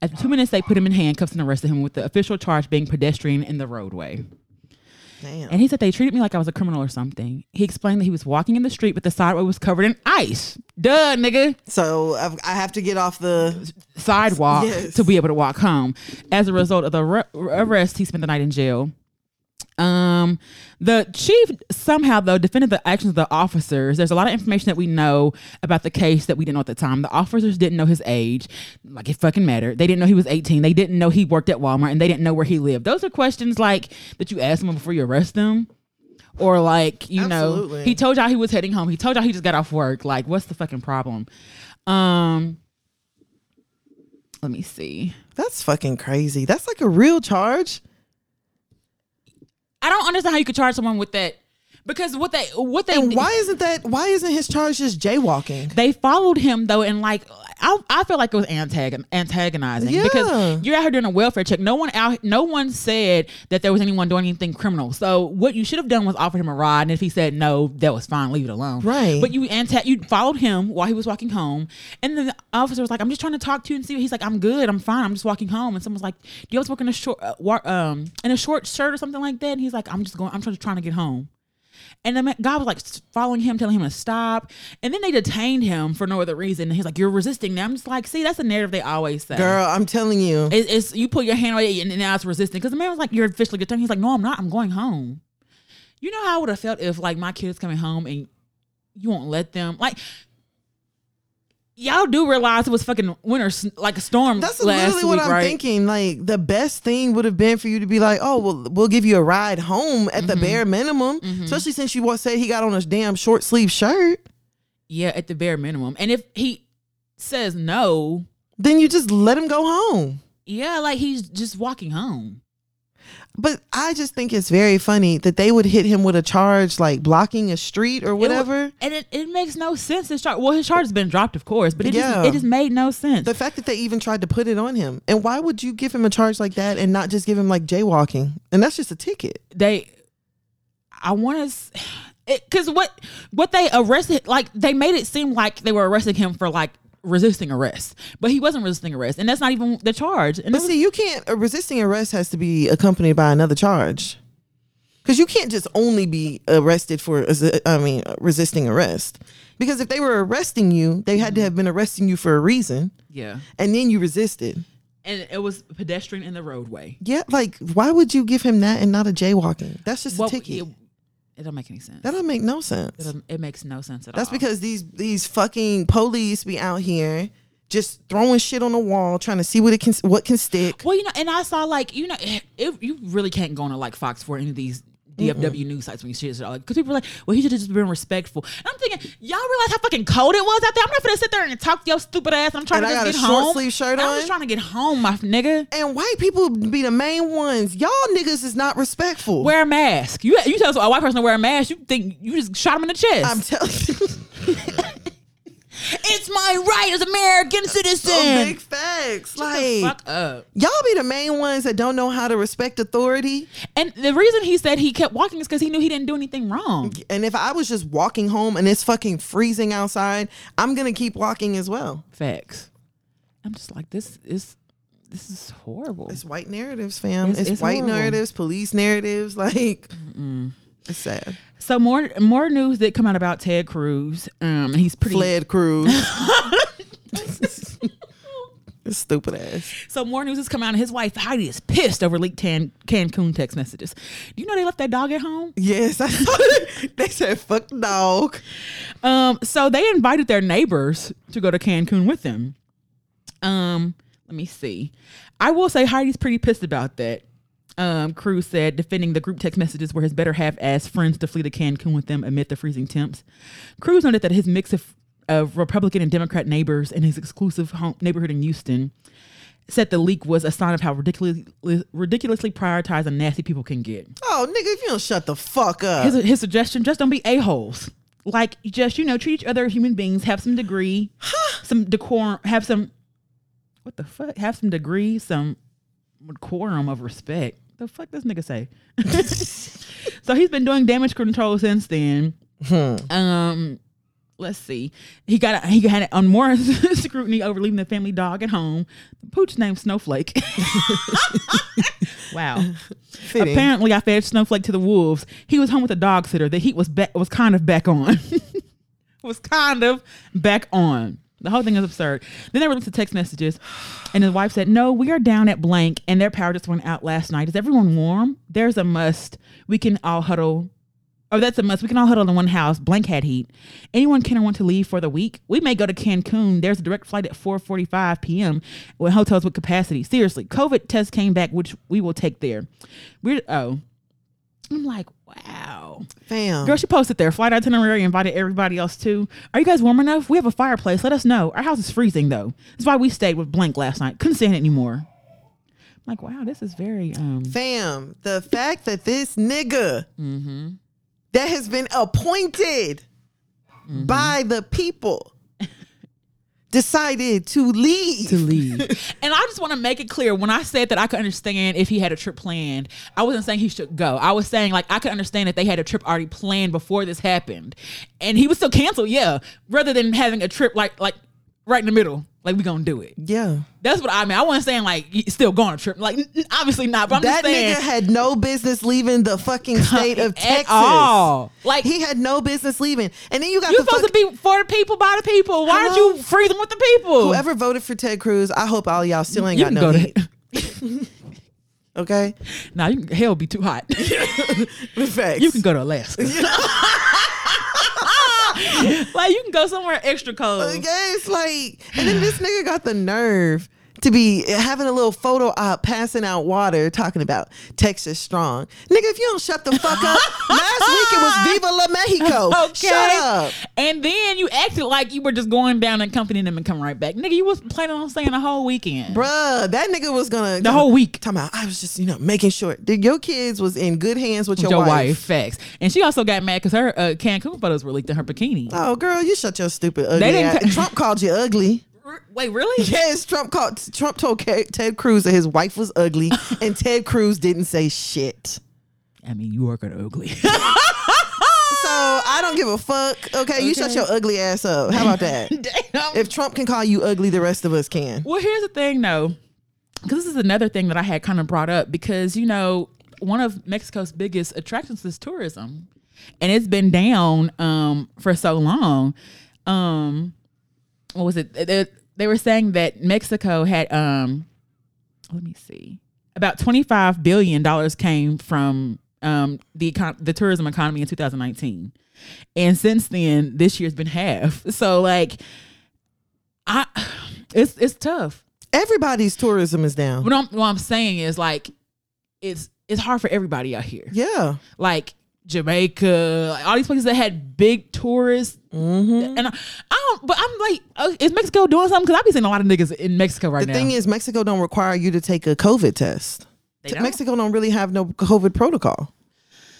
After two minutes, they put him in handcuffs and arrested him with the official charge being pedestrian in the roadway.
Damn.
And he said they treated me like I was a criminal or something. He explained that he was walking in the street, but the sidewalk was covered in ice. Duh, nigga
So I've, I have to get off the.
sidewalk
Yes.
to be able to walk home. As a result of the ar- arrest, he spent the night in jail. Um, the chief somehow though defended the actions of the officers. There's a lot of information that we know about the case that we didn't know at the time. The officers didn't know his age, like it fucking mattered. They didn't know he was 18. They didn't know he worked at Walmart, and they didn't know where he lived. Those are questions like that you ask someone before you arrest them, or like you know
Absolutely.
he told y'all he was heading home. He told y'all he just got off work. Like what's the fucking problem? Um, let me see.
That's fucking crazy. That's like a real charge.
I don't understand how you could charge someone with that because what they what they
And why isn't that? Why isn't his charge just jaywalking?
they followed him though and like I, I feel like it was antagon, antagonizing
Yeah.
because you're out here doing a welfare check no one out no one said that there was anyone doing anything criminal so what you should have done was offered him a ride and if he said no that was fine leave it alone
Right.
but you anta- you followed him while he was walking home and then the officer was like i'm just trying to talk to you and see what he's like i'm good i'm fine i'm just walking home and someone's like do you always work in a short uh, wa- um in a short shirt or something like that and he's like i'm just going i'm just trying to get home And the man- guy was like s- following him, telling him to stop. And then they detained him for no other reason. And he's like, "You're resisting." And I'm just like, "See, that's the narrative they always say."
Girl, I'm telling you.
It's, it's you pull your hand away and now it's resisting. Because the man was like, "You're officially detained." He's like, "No, I'm not. I'm going home." You know how I would have felt if like my kids coming home and you won't let them like. Y'all do realize it was fucking winter, s- like a storm.
That's
last
literally what
week,
I'm
right?
thinking. Like the best thing would have been for you to be like, "Oh, well, we'll give you a ride home at
Mm-hmm.
the bare minimum." Especially since you wa- said he got on a damn short sleeve shirt.
Yeah, at the bare minimum. And if he says no,
Then you just let him go home.
yeah, like he's just walking home.
But I just think it's very funny that they would hit him with a charge like blocking a street or
It wa-
whatever.
and it, it makes no sense. His char- well, his charge has been dropped, of course, but it,
Yeah.
just, it just made no sense.
the fact that they even tried to put it on him. And why would you give him a charge like that and not just give him like jaywalking? And that's just a ticket.
they, I want to, because what what they arrested, like they made it seem like they were arresting him for like resisting arrest, but he wasn't resisting arrest, and that's not even the charge. And
But
it was-
see, you can't a resisting arrest has to be accompanied by another charge. Cuz you can't just only be arrested for as- I mean resisting arrest. Because if they were arresting you, they had to have been arresting you for a reason
yeah,
and then you resisted.
and it was pedestrian in the roadway.
Yeah, like why would you give him that and not a jaywalking? That's just a
What-
ticket.
It, it don't make any sense.
that don't make no sense.
It doesn't- it makes no sense at
That's
all.
because these these fucking police be out here just throwing shit on the wall, trying to see what it can what can stick.
Well, you know, and I saw like you know, eh, it, you really can't go on to like Fox for any of these DFW news sites when you see this because people are like, well, he should have just been respectful. And I'm thinking, y'all realize how fucking cold it was out there. I'm not gonna sit there and talk to your stupid ass. I'm trying
And
to
I
just
got a
get
short
home.
sleeve shirt
I'm
on.
just trying to get home, my f- nigga.
And white people be the main ones. Y'all niggas is not respectful.
Wear a mask. You you tell us a white person to wear a mask. You think you just shot him in the chest?
I'm telling you, Oh,
it's my right as American
some
citizen.
big facts.
The
Like
Fuck up.
y'all be the main ones that don't know how to respect authority.
And the reason he said he kept walking is because he knew he didn't do anything wrong.
And if I was just walking home and it's fucking freezing outside, I'm gonna keep walking as well.
Facts. I'm just like this is this is horrible.
It's white narratives, fam. It's,
It's- it's
white
horrible. um, Um, Um, Um,
Oh,
Um, Oh, oh. um, Like we gonna do it.
Yeah.
That's what I mean. I wasn't saying like you still going on a trip. Like n- n- obviously not. But I'm
that
just saying
nigga had no business leaving the fucking state of Texas.
at all. Like
He had no business leaving. And then you got
you
the fuck,
supposed to be for the people by the people. Why did
Hello?
you free them with the people?
whoever voted for Ted Cruz. I hope all y'all still ain't
you
got
can
no
go
heat.
to
Okay?
nah. You can, hell be too hot.
Facts.
you can go to Alaska. like you can go somewhere extra cold.
Yeah, it's like, and then this nigga got the nerve to be having a little photo op, passing out water, talking about Texas strong. Nigga, if you don't shut the fuck up, last week it was Viva La Mexico.
Okay.
Shut up.
And then you acted like you were just going down and accompanying them and coming right back. Nigga, you was planning on staying the whole weekend.
Bruh, that nigga was gonna
The whole week.
Talking about, I was just, you know, making sure that your kids was in good hands with your,
Your wife.
wife.
facts. And she also got mad because her uh, Cancun photos were leaked in her bikini.
Oh, girl, you shut your stupid ugly.
didn't
ass.
ca-
Trump called you ugly.
Wait, really?
Yes, Trump called. Trump told Ke- Ted Cruz that his wife was ugly, and Ted Cruz didn't say shit.
I mean, you are kind of ugly.
So I don't give a fuck. Okay, you shut
Okay.
your ugly ass up. How about that?
Damn.
if Trump can call you ugly, the rest of us can.
Well, here's the thing, though, because this is another thing that I had kind of brought up because you know one of Mexico's biggest attractions is tourism, and it's been down um, for so long. Um, what was it? They, they were saying that Mexico had. Um, let me see. About twenty five billion dollars came from um, the econ- the tourism economy in 2019, and since then, this year's been half. So like, I it's it's tough.
Everybody's tourism is down.
What I'm what I'm saying is like it's it's hard for everybody out here.
Yeah.
Like Jamaica, like all these places that had big tourists,
Mm-hmm.
and I, I don't. But I'm like, uh, is Mexico doing something? Because I be seeing a lot of niggas in Mexico right
The
now.
thing is, Mexico don't require you to take a COVID test.
They don't.
Mexico don't really have no COVID protocol.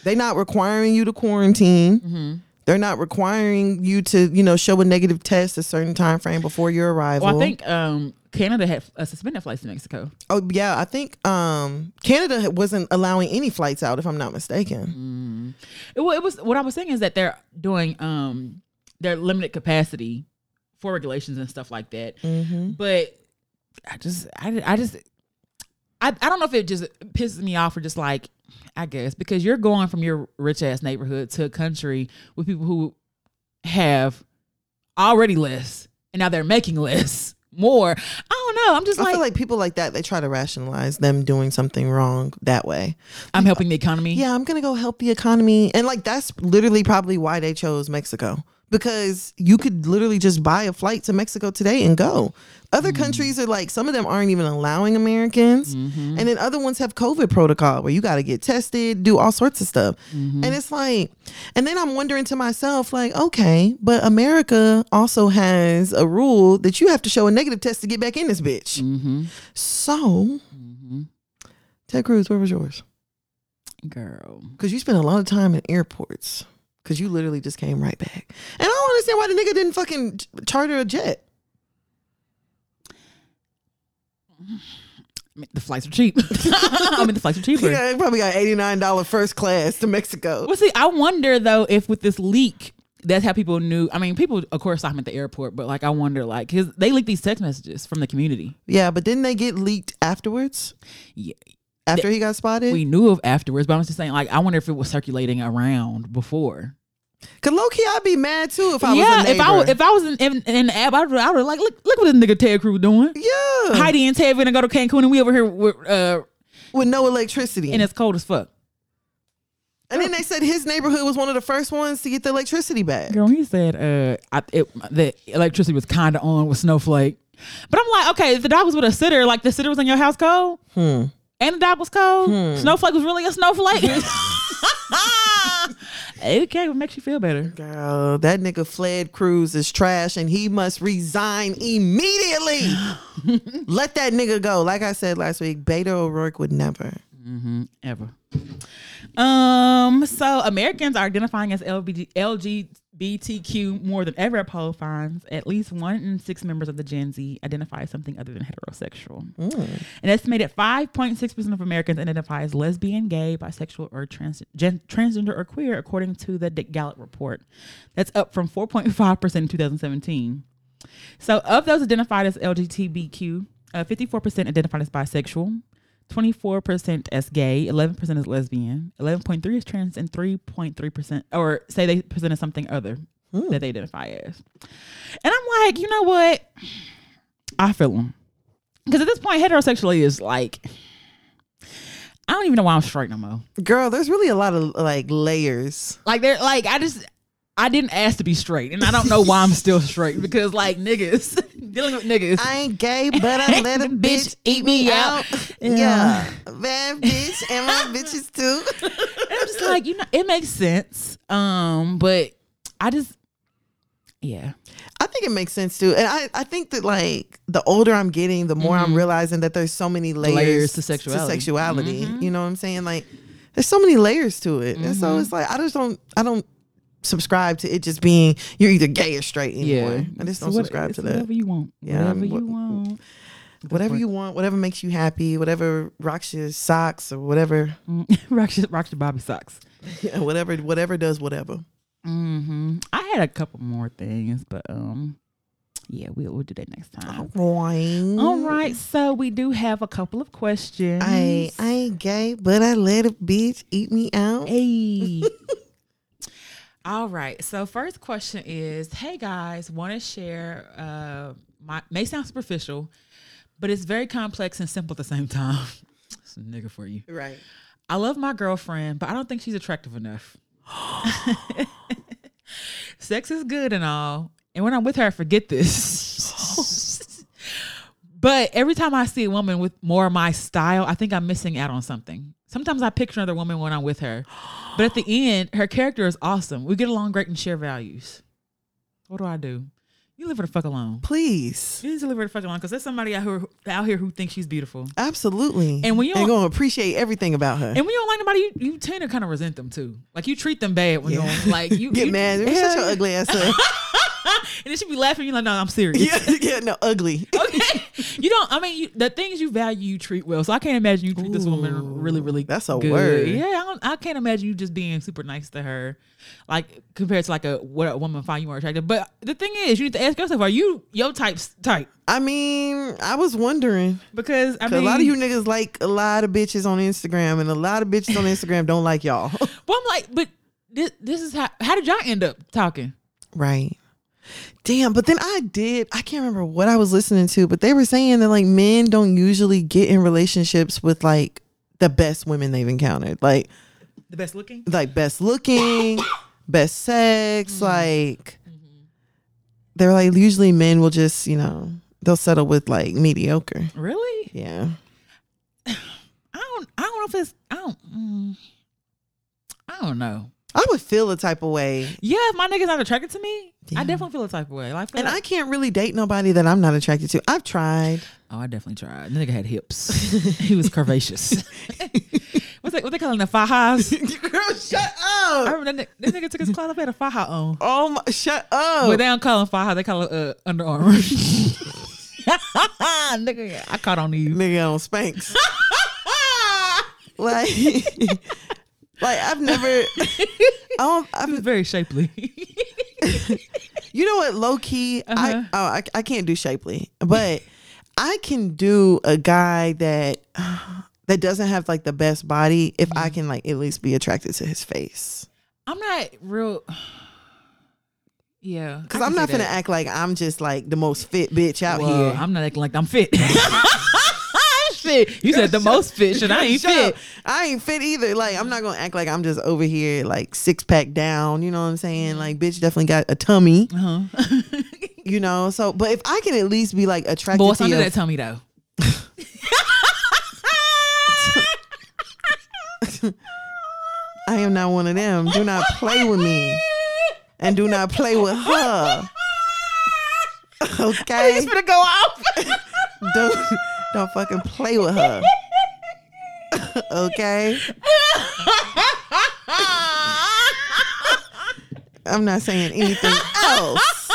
They're not requiring you to quarantine.
Mm-hmm.
They're not requiring you to, you know, show a negative test a certain time frame before your arrival.
well, I think um, Canada had uh, suspended flights to Mexico.
Oh yeah, I think um, Canada wasn't allowing any flights out, if I'm not mistaken.
It, well, it was what I was saying is that they're doing um, their limited capacity for regulations and stuff like that.
Mm-hmm.
but I just, I, I just, I, I don't know if it just pisses me off or just like, I guess, because you're going from your rich ass neighborhood to a country with people who have already less and now they're making less, more. I don't know. I'm just
I
like,
feel like people like that, they try to rationalize them doing something wrong that way.
I'm helping the economy.
Yeah, I'm gonna go help the economy. And like that's literally probably why they chose Mexico. Because you could literally just buy a flight to Mexico today and go. Other
Mm-hmm.
countries are like some of them aren't even allowing Americans.
Mm-hmm.
And then other ones have COVID protocol where you gotta get tested, do all sorts of stuff.
Mm-hmm.
And it's like and then I'm wondering to myself, like, okay, but America also has a rule that you have to show a negative test to get back in this bitch.
Mm-hmm.
So, Ted Cruz, where was yours?
Girl.
Because you spent a lot of time in airports. Because you literally just came right back. And I don't understand why the nigga didn't fucking ch- charter a jet.
I mean, the flights are cheap. I mean, the flights are cheaper.
Yeah, he probably got $89 first class to Mexico.
Well, see, I wonder though if with this leak, that's how people knew. I mean, people, of course, saw him at the airport, but like, I wonder, like, because they leaked these text messages from the community.
Yeah, but didn't they get leaked afterwards?
Yeah,
After he got spotted?
we knew of afterwards, but I'm just saying, like, I wonder if it was circulating around before.
Because low key, I'd be mad too if I was a
if
neighbor.
I was, if I was in, in, in the app, I would, I would like, look, look what this nigga Ted Cruz doing.
yeah.
Heidi and Ted gonna go to Cancun, and we over here with, uh,
with no electricity.
and
And,
it's cold as fuck.
then they said his neighborhood was one of the first ones to get the electricity back.
Girl, he said uh, I, it, the electricity was kind of on with Snowflake. But I'm like, okay, if the dog was with a sitter, like the sitter was in your house cold, and the dog was cold, Snowflake was really a snowflake. okay, what makes you feel better?
Girl, that nigga fled Cruz is trash and he must resign immediately. Let that nigga go. Like I said last week, Beto O'Rourke would never.
Ever. Um, so Americans are identifying as LBG, LGBTQ more than ever. Poll finds at least one in six members of the Gen Z identify as something other than heterosexual. An estimated 5.6% of Americans identify as lesbian, gay, bisexual, or trans- gen- transgender or queer, according to the Dick Gallup report. That's up from 4.5% in 2017. So, of those identified as LGBTQ, uh, 54% identified as bisexual, 24% as gay, 11% as lesbian, 11.3 is trans, and 3.3% or say they present as something other that they identify as. And I'm like, you know what? I feel them. Because at this point, heterosexuality is like, I don't even know why I'm straight no more.
Girl, there's really a lot of like layers.
Like they're like I just I didn't ask to be straight, and I don't know why I'm still straight because like niggas dealing with niggas.
I ain't gay, but I let a bitch eat me out. Yeah. Bad bitch and my bitches too.
I'm just like you know it makes sense, um, but I just yeah
I think it makes sense too. And I, I think that like the older I'm getting, the more I'm realizing that there's so many layers,
Mm-hmm. Layers to sexuality. Mm-hmm.
sexuality. You know what I'm saying? Like there's so many layers to it. And so it's like I just don't I don't subscribe to it just being you're either gay or straight anymore. I just
It's
don't
what-
subscribe
it's
to that.
Whatever you want,
Yeah,
whatever
I'm-
you want.
Whatever you want, whatever makes you happy, whatever rocks your socks or whatever
Mm, rock your rock your Bobby socks.
yeah, whatever whatever does whatever.
hmm I had a couple more things, but um, yeah, we'll we'll do that next time.
Boing.
All right, so we do have a couple of questions.
I I ain't gay, but I let a bitch eat me out.
Hey. All right. So first question is, hey guys, want to share uh my may sound superficial, but it's very complex and simple at the same time. it's a nigga for you.
Right.
I love my girlfriend, but I don't think she's attractive enough. Sex is good and all. And when I'm with her, I forget this. but every time I see a woman with more of my style, I think I'm missing out on something. Sometimes I picture another woman when I'm with her. But at the end, her character is awesome. We get along great and share values. What do I do? You leave her the fuck alone.
Please.
You just leave her the fuck alone because there's somebody out here, out here who thinks she's beautiful.
Absolutely.
And when you
and
don't-
gonna appreciate everything about her.
And when you don't like nobody, you, you tend to kind of resent them too. Like you treat them bad when you
Yeah.
don't like you
Get
you-
mad. Shut
Yeah.
your ugly ass up.
And then she be laughing. You like, no, I'm serious.
yeah, yeah, no, ugly.
Okay, you don't. I mean, you, the things you value, you treat well. So I can't imagine you treat this woman really, really.
that's a
good.
word.
Yeah, I, don't, I can't imagine you just being super nice to her, like compared to like a what a woman find you more attractive. But the thing is, you need to ask yourself, are you your type's type?
I mean, I was wondering.
Because I
'Cause
mean,
a lot of you niggas like a lot of bitches on Instagram, and a lot of bitches on Instagram don't like y'all.
Well, I'm like, but this, this is how. How did y'all end up talking?
right. Damn, but then I did. I can't remember what I was listening to, but they were saying that like men don't usually get in relationships with like the best women they've encountered. Like
The best looking.
like best looking, best sex, like they're like usually men will just, you know, they'll settle with like mediocre.
Really?
Yeah.
I don't. I don't know if it's. I don't. Mm, I don't know.
I would feel a type of way.
Yeah, if my nigga's not attracted to me,
Yeah.
I definitely feel a type of way. Like,
And I can't really date nobody that I'm not attracted to. I've tried.
oh, I definitely tried. The nigga had hips. he was curvaceous. What's that? What they calling the fajahs?
Girl, shut
I
up.
remember that, ni- that nigga took his clothes off. He had a faja on.
Oh my shut
But
up.
they don't call him faja. They call it uh, Under Armour. nigga, I caught on to you.
Nigga on Spanx. like Like I've never I do
He was very shapely.
You know what? Low key,
Uh-huh.
I, oh, I I can't do shapely, but I can do a guy that that doesn't have like the best body if
Mm-hmm.
I can like at least be attracted to his face.
I'm not real. Yeah, I
Because
can
I'm
see
not
that.
gonna act like I'm just like the most fit bitch out
Well,
here.
I'm not acting like I'm fit. Shit, you said the most fit, shit. I ain't
Shut
fit.
up. I ain't fit either. Like I'm not gonna act like I'm just over here like six pack down. You know what I'm
Mm-hmm.
saying? Like bitch definitely got a tummy.
Uh-huh.
You know. So, but if I can at least be like attracted
Boy, it's
to
under
your
that tummy though.
I am not one of them. Do not play with me. And do not play with her. Okay?
It's gonna go off.
Don't don't fucking play with her. Okay? I'm not saying anything else.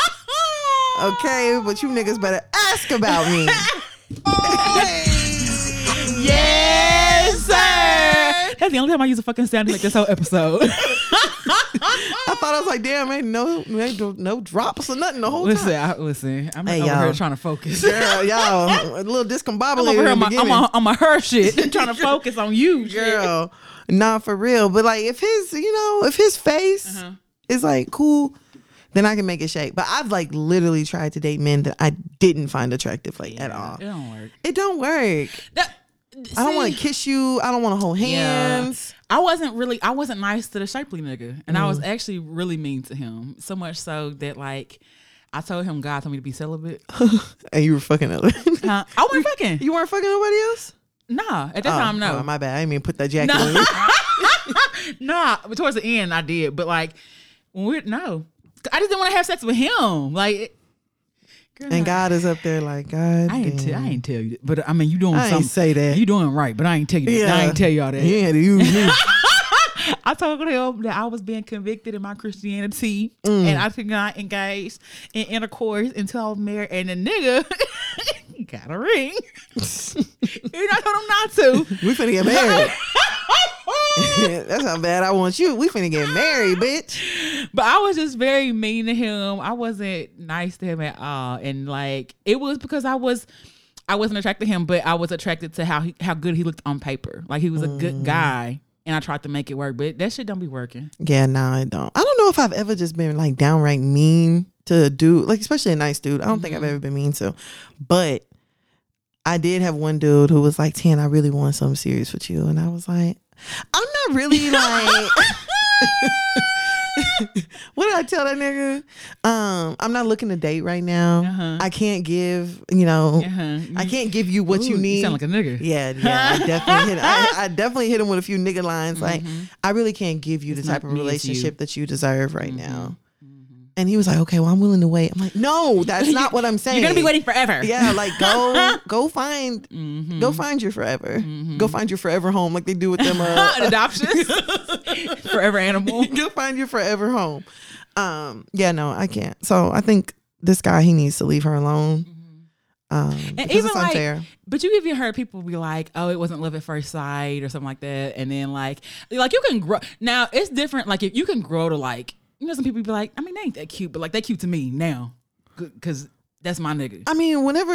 Okay? But you niggas better ask about me.
yes, sir. That's the only time I use a fucking sound like this whole episode.
I thought I was like, damn, ain't no, ain't no drops or nothing the whole
Listen,
time.
I, listen. I'm
Hey,
over
y'all.
here trying to focus.
Girl, y'all, a little discombobulated.
I'm over
in
here
the
on my, I'm
beginning.
on, on my her shit, trying to focus on you, girl.
girl. Nah, for real. But like, if his, you know, if his face
Uh-huh.
is like cool, then I can make it shake. But I've like literally tried to date men that I didn't find attractive, like at all.
It don't work.
It don't work. I don't want to kiss you. I don't want to hold hands.
I wasn't really I wasn't nice to the shapely nigga. And I was
Mm.
actually really mean to him. So much so that like I told him God told me to be celibate.
And you were fucking other.
Huh? I wasn't fucking.
you weren't fucking nobody else.
Nah, at that time no.
Oh, my bad. I didn't mean to put that jacket on.
no.
you.
nah, but towards the end I did, but like when we no. I just didn't want to have sex with him. Like it- girl,
And
nah.
God is up there like God.
I ain't, t- I
damn.
ain't tell you, that. but I mean you doing
I ain't
something.
say that.
you doing right, but I ain't tell you. That. I ain't tell y'all that.
You had to use me.
I told him that I was being convicted in my Christianity
Mm.
and I could not engage in intercourse until I was married. And the nigga got a ring. and I told him not to.
we finna get married. That's how bad I want you. We finna get married, bitch.
But I was just very mean to him. I wasn't nice to him at all. And like it was because I was I wasn't attracted to him, but I was attracted to how he, how good he looked on paper. Like he was a good
Mm.
guy. And I tried to make it work, but that shit don't be working.
Yeah, no, I don't. I don't know if I've ever just been like downright mean to a dude, like especially a nice dude. I don't
Mm-hmm.
think I've ever been mean to, but I did have one dude who was like, "Tan, I really want something serious with you," and I was like, "I'm not really like." what did I tell that nigga? Um, I'm not looking to date right now.
Uh-huh.
I can't give, you know,
Uh-huh.
I can't give you what you
Ooh,
need.
You sound like a nigga.
Yeah, yeah, I definitely hit. I, I definitely hit him with a few nigga lines. Like, I really can't give you the
not
type of
me, Mm-hmm. it's you. Mm-hmm.
relationship that you deserve right now. And he was like, "Okay, well, I'm willing to wait." I'm like, "No, that's not what I'm saying.
You're gonna be waiting forever.
Yeah, like go, go find,
Mm-hmm.
go find your forever. Go find your forever home, like they do with them. Uh,
adoptions forever animal.
go find your forever home. Um, yeah, no, I can't. So I think this guy he needs to leave her alone. Um,
Mm-hmm. And
because
even
it's unfair.
like, but you even heard people be like, "Oh, it wasn't love at first sight" or something like that. And then like, like you can grow. Now it's different. Like if you can grow to like, you know, some people be like, "I mean, they ain't that cute," but like they cute to me now, because that's my nigga.
I mean, whenever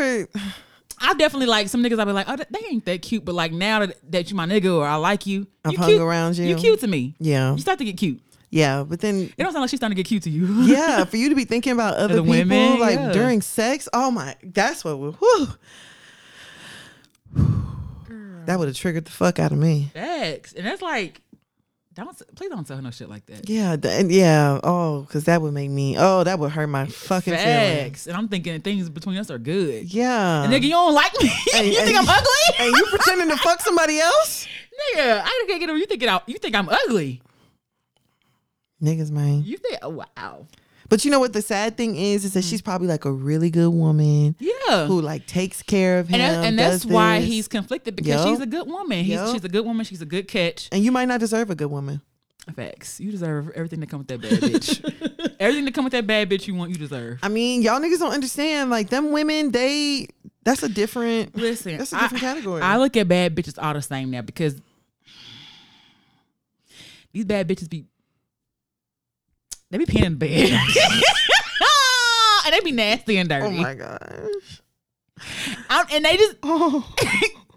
I definitely like some niggas. I be like, "Oh, they ain't that cute," but like now that, that you my nigga or I like you,
I've
you
hung
cute,
around you.
You cute to me.
Yeah.
You start to get cute.
Yeah, but then
It don't sound like she's starting to get cute to you.
yeah, for you to be thinking about other
Other
people
women,
like
yeah.
during sex, oh my, that's what would whew. that would have triggered the fuck out of me.
Facts. And that's like, don't please don't tell her no shit like that.
Yeah, th- and yeah, oh, because that would make me, oh, that would hurt my fucking feelings.
Facts. And I'm thinking things between us are good.
Yeah,
Nigga, you don't like me. you
and-
think I'm ugly?
and you pretending to fuck somebody else,
Nigga, I can't get over. You think it out. You think I'm ugly?
niggas, man.
You think? Oh, wow.
But you know what? The sad thing is, is that she's probably like a really good woman
Mm. Yeah.
who like takes care of him,
and that's, and that's
does
why
this.
he's conflicted because
Yup.
she's a good woman. He's,
Yup.
She's a good woman. She's a good catch.
And you might not deserve a good woman.
Facts. You deserve everything that comes with that bad bitch. everything that comes with that bad bitch you want, you deserve.
I mean, y'all niggas don't understand. Like them women, they that's a different
Listen,
that's a
I-
different category.
I look at bad bitches all the same now because these bad bitches be they be peeing in bed. and they be nasty and dirty.
oh my gosh.
I'm- and they just
Oh.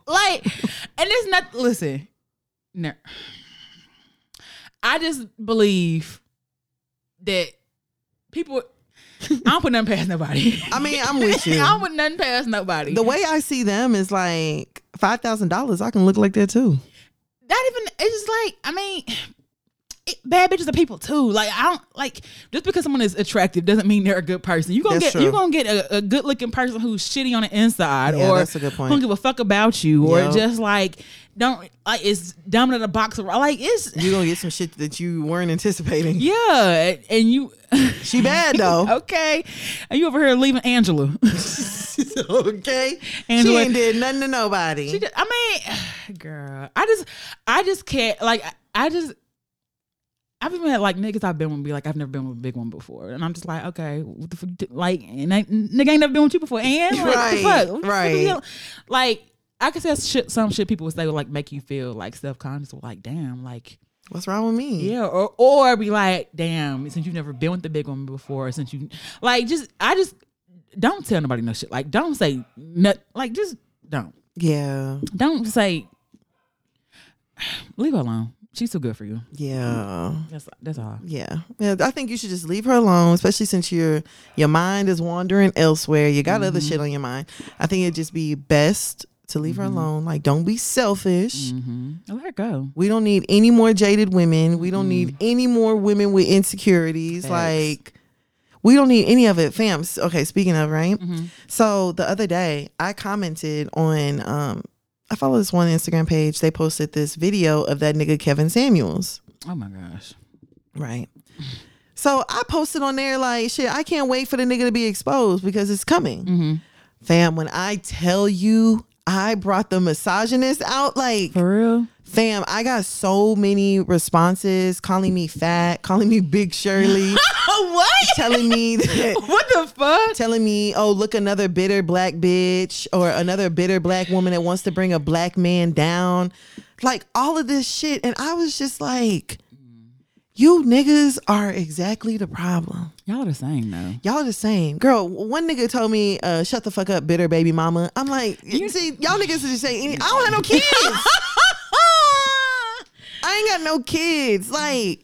like and it's not listen. No. I just believe that people I don't put nothing past nobody.
I mean, I'm with you.
I don't put nothing past nobody.
the way I see them is like five thousand dollars. I can look like that too.
not even it's just like i mean it, bad bitches are people too like i don't like just because someone is attractive doesn't mean they're a good person you gonna
That's
get
true.
you gonna get a, a good looking person who's shitty on the inside
Yeah,
or
that's a good point.
don't give a fuck about you or
Yup.
just like don't like it's dumb in a box of like it's
You gonna get some shit that you weren't anticipating.
yeah and you
She bad though.
okay and you over here leaving angela
okay. she
Angela-
ain't did nothing to nobody.
She just, I mean, girl, I just, I just can't. Like, I- I just, I've even had like niggas I've been with be like, I've never been with a big one before, and I'm just like, okay, what the fuck, you do- like, and I, nigga ain't never been with you before, and like, what the
Right,
fuck? What the fuck
right.
you- Like, I could say shit, some shit people would say would like make you feel like self conscious, like, damn, like.
What's wrong with me?
Yeah, or or be like, damn, since you've never been with the big woman before, since you like just I just don't tell nobody no shit. Like don't say no like just don't.
Yeah.
Don't say leave her alone. She's too good for you.
Yeah.
That's that's all.
Yeah. Yeah. I think you should just leave her alone, especially since your your mind is wandering elsewhere. You got other
Mm-hmm.
shit on your mind. I think it'd just be best to leave her alone. Like don't be selfish.
Mm-hmm. Let her go.
We don't need any more jaded women. We don't need any more women with insecurities.
Mm-hmm. Facts.
Like, we don't need any of it, fam. s- Okay, speaking of right,
Mm-hmm.
so the other day I commented on, um, I follow this one Instagram page. They posted this video of that nigga Kevin Samuels,
Oh my gosh.
right? So I posted on there like, shit, I can't wait for the nigga to be exposed because it's coming,
Mhm.
fam. When I tell you. I brought the misogynist out like
For real?
Fam, I got so many responses calling me fat, calling me Big Shirley,
Oh, what?
telling me that,
What the fuck?
telling me, oh, look, another bitter black bitch or another bitter black woman that wants to bring a black man down. Like all of this shit. And I was just like, you niggas are exactly the problem.
Y'all are the same though.
Y'all the same. Girl, one nigga told me, uh, shut the fuck up, bitter baby mama. I'm like, you see, y'all niggas just say, any- I don't have no kids. I ain't got no kids. Like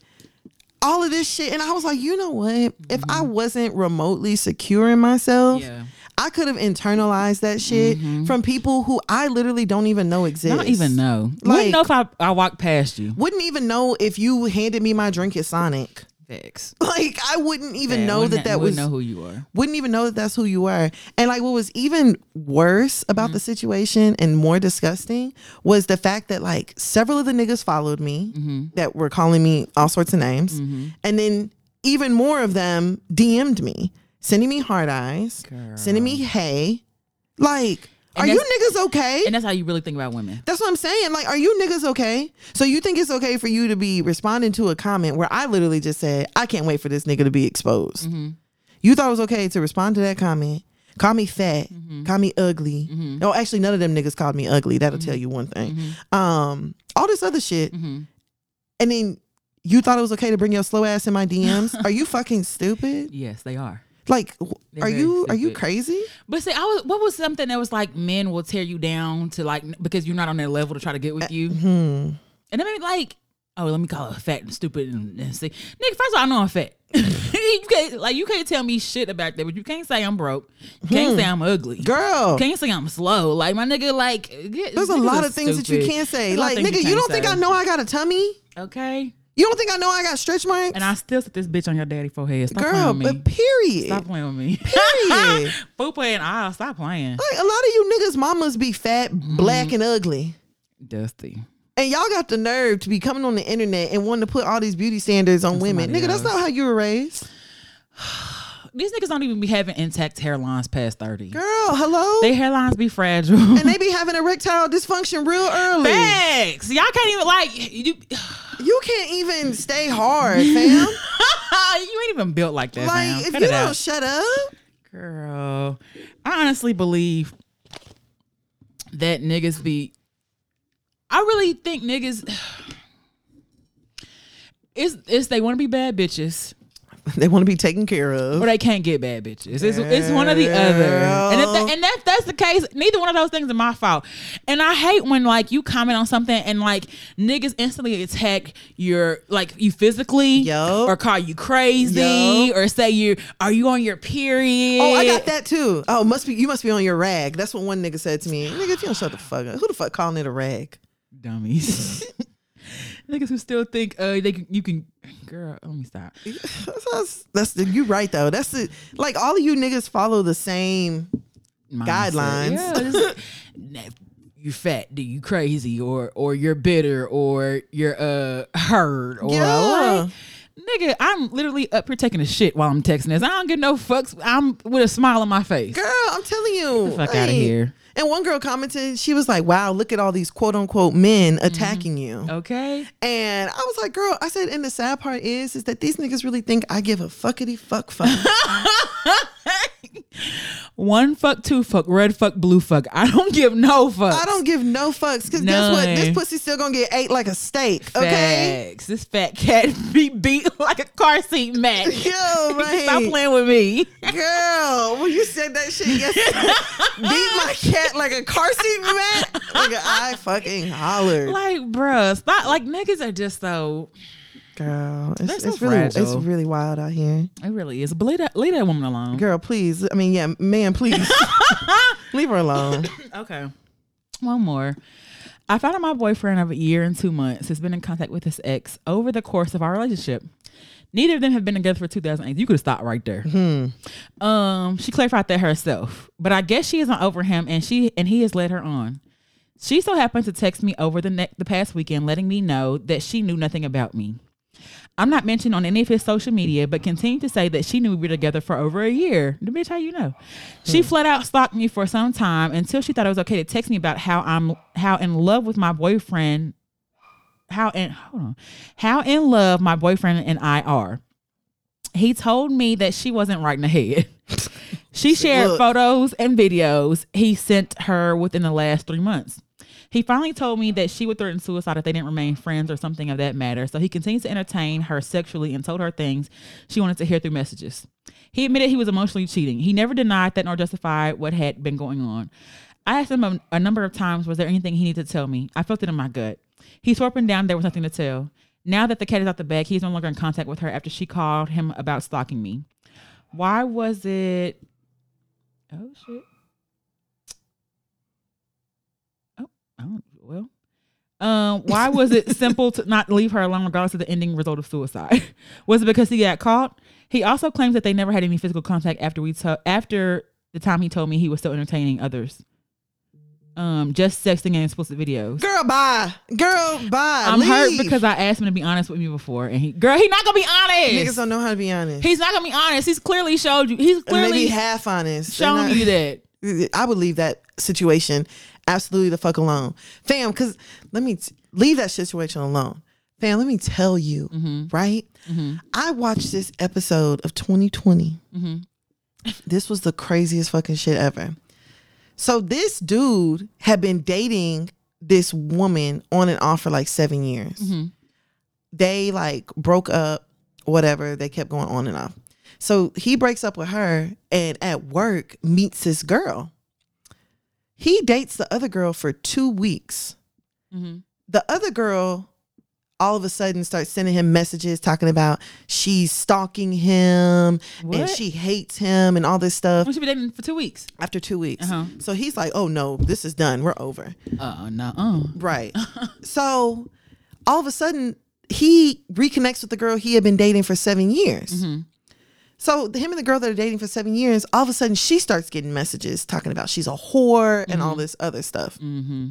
all of this shit. And I was like, you know what? If I wasn't remotely securing myself,
Mm-hmm. Yeah.
I could have internalized that shit from people who I literally don't even know exist.
Don't even know.
Like-
Wouldn't know if I, I walked past you.
Wouldn't even know if you handed me my drink at Sonic.
Facts.
Like I wouldn't even
Yeah,
know
wouldn't
that that was
wouldn't know who you are.
wouldn't even know that that's who you were. And like what was even worse about
Mm-hmm.
the situation and more disgusting was the fact that like several of the niggas followed me
Mm-hmm.
that were calling me all sorts of names. And then even more of them DM'd me, sending me hard eyes, sending me hey. Like,
And
are you
that's-
niggas okay?
And that's how you really think about women.
That's what I'm saying. Like, are you niggas okay? So you think it's okay for you to be responding to a comment where I literally just said, I can't wait for this nigga to be exposed.
Mm-hmm.
You thought it was okay to respond to that comment. Call me fat.
Mm-hmm.
Call me ugly. No, actually, none of them niggas called me ugly. That'll tell
Mm-hmm.
you one thing. Um, all this other shit. And then you thought it was okay to bring your slow ass in my DMs. are you fucking stupid?
Yes, they are.
Like, w-
They're
are
very
you are you
stupid.
crazy?
But see, I was what was something that was like men will tear you down to like because you're not on their level to try to get with you,
Hmm.
and I mean like, oh, let me call her fat and stupid and, and see, nigga. First of all, I know I'm fat. you can't, like you can't tell me shit about that, but you can't say I'm broke. You can't say I'm ugly.
Hmm. Girl.
Can't say I'm slow. Like my nigga, like get,
There's a
niggas
lot
are
of things that you
stupid.
can't say.
There's a lot
Like,
of things
nigga, you,
can't
don't think
say.
I know I got a tummy?
Okay,
You don't think I know I got stretch marks?
and I still sit this bitch on your daddy forehead. Stop
Girl,
playing with me.
but period.
Stop playing with me.
Period.
Boo playing. Ah, stop playing.
Like a lot of you niggas mamas be fat,
Mm-hmm.
black, and ugly.
Dusty.
And y'all got the nerve to be coming on the internet and wanting to put all these beauty standards on women. Nigga,
somebody
that's not
else.
how you were raised.
These niggas don't even be having intact hairlines past 30.
Girl, hello?
They hairlines be fragile.
and they be having erectile dysfunction real early.
Facts. Y'all can't even like you
You can't even stay hard, fam.
you ain't even built like that.
like,
fam.
if
Cut
you
it
don't
out.
shut up,
Girl. I honestly believe that niggas be I really think niggas it's, it's they want to be bad bitches
they want to be taken care of.
or they can't get bad bitches. It's, it's one or the other. And if that, and if that's the case, neither one of those things are my fault. And I hate when like you comment on something and like niggas instantly attack your like you physically
Yup.
or call you crazy
Yup.
or say you are you on your period?
Oh, I got that too. Oh, must be you must be on your rag. That's what one nigga said to me. Nigga, if you don't shut the fuck up, who the fuck calling it a rag?
Dummies. niggas who still think uh they can, you can girl, let me stop.
That's, that's, that's the, you right though. That's the like all of you niggas follow the same.
mindset.
Guidelines.
Yeah, just- Nah, you fat, dude, you crazy, or or you're bitter, or you're uh hurt, or
Yeah.
like, nigga, I'm literally up here taking a shit while I'm texting this. I don't give no fucks. I'm with a smile on my face.
Girl, I'm telling you.
the fuck outta here.
And one girl commented, she was like, "Wow, look at all these quote unquote men attacking you."
Oh. Okay,
And I was like, "Girl," I said, and the sad part is, is that these niggas really think I give a fuckity fuck fuck.
One fuck, two fuck, red fuck, blue fuck. I don't give no fuck.
I don't give no fucks because guess what? This
None.
pussy's still gonna get ate like a steak. Okay.
Facts. This fat cat be beat like a car seat match.
Yo,
Stop
right.
playing with me.
Girl, when you said that shit yesterday, beat my cat like a car seat mat. Nigga, I fucking hollered.
Like, bruh, stop. Like, niggas are just so.
Girl, it's,
so
it's really it's
fragile.
really wild out here.
It really is. But leave that, leave that woman alone.
Girl, please. I mean, yeah, man, please leave her alone.
Okay. One more. I found out my boyfriend of a year and two months has been in contact with his ex over the course of our relationship. Neither of them have been together for 2008. You could have stopped right there. Um, she clarified that herself, but I guess she isn't over him, and she and he has led her on. She so happened to text me over the ne- the past weekend, letting me know that she knew nothing about me. I'm not mentioned on any of his social media, but continued to say that she knew we were together for over a year. The bitch, how you know? She flat out stalked me for some time until she thought it was okay to text me about how I'm how in love with my boyfriend, how in hold on, how in love my boyfriend and I are. He told me that she wasn't right in the head. She shared
Look.
photos and videos he sent her within the last three months. He finally told me that she would threaten suicide if they didn't remain friends or something of that matter. So he continued to entertain her sexually and told her things she wanted to hear through messages. He admitted he was emotionally cheating. He never denied that nor justified what had been going on. I asked him a, a number of times, was there anything he needed to tell me? I felt it in my gut. He swore up and down there was nothing to tell. Now that the cat is out the bag, he's no longer in contact with her after she called him about stalking me. Why was it Oh shit. Oh, I don't, well. Um, why was it simple to not leave her alone regardless of the ending result of suicide? was it because he got caught? He also claims that they never had any physical contact after we to- after the time he told me he was still entertaining others. Um, just sexting and explicit videos.
Girl, bye. Girl, bye.
I'm hurt
Leave.
because I asked him to be honest with me before, and he, girl, he's not gonna be
niggas
honest.
don't know how to be honest.
He's not gonna be honest. He's clearly showed you. He's
And
clearly
Maybe half honest. They're
shown
not-
you that.
I would leave that situation absolutely the fuck alone, fam. Because let me t- leave that situation alone, fam. Let me tell you, right? I watched this episode of 2020. This was the craziest fucking shit ever. So this dude had been dating this woman on and off for like seven years. They like broke up, whatever. They kept going on and off. So he breaks up with her and at work meets this girl. He dates the other girl for two weeks.
Mhm.
The other girl all of a sudden starts sending him messages talking about she's stalking him and
What?
she hates him and all this stuff
We should be dating for two weeks.
after two weeks.
Uh-huh.
So he's like, oh no, this is done. We're over.
Uh no. Uh.
Right. so all of a sudden, he reconnects with the girl he had been dating for seven years.
Mm-hmm.
So him and the girl that are dating for seven years, all of a sudden she starts getting messages talking about she's a whore and all this other stuff.
Mm-hmm.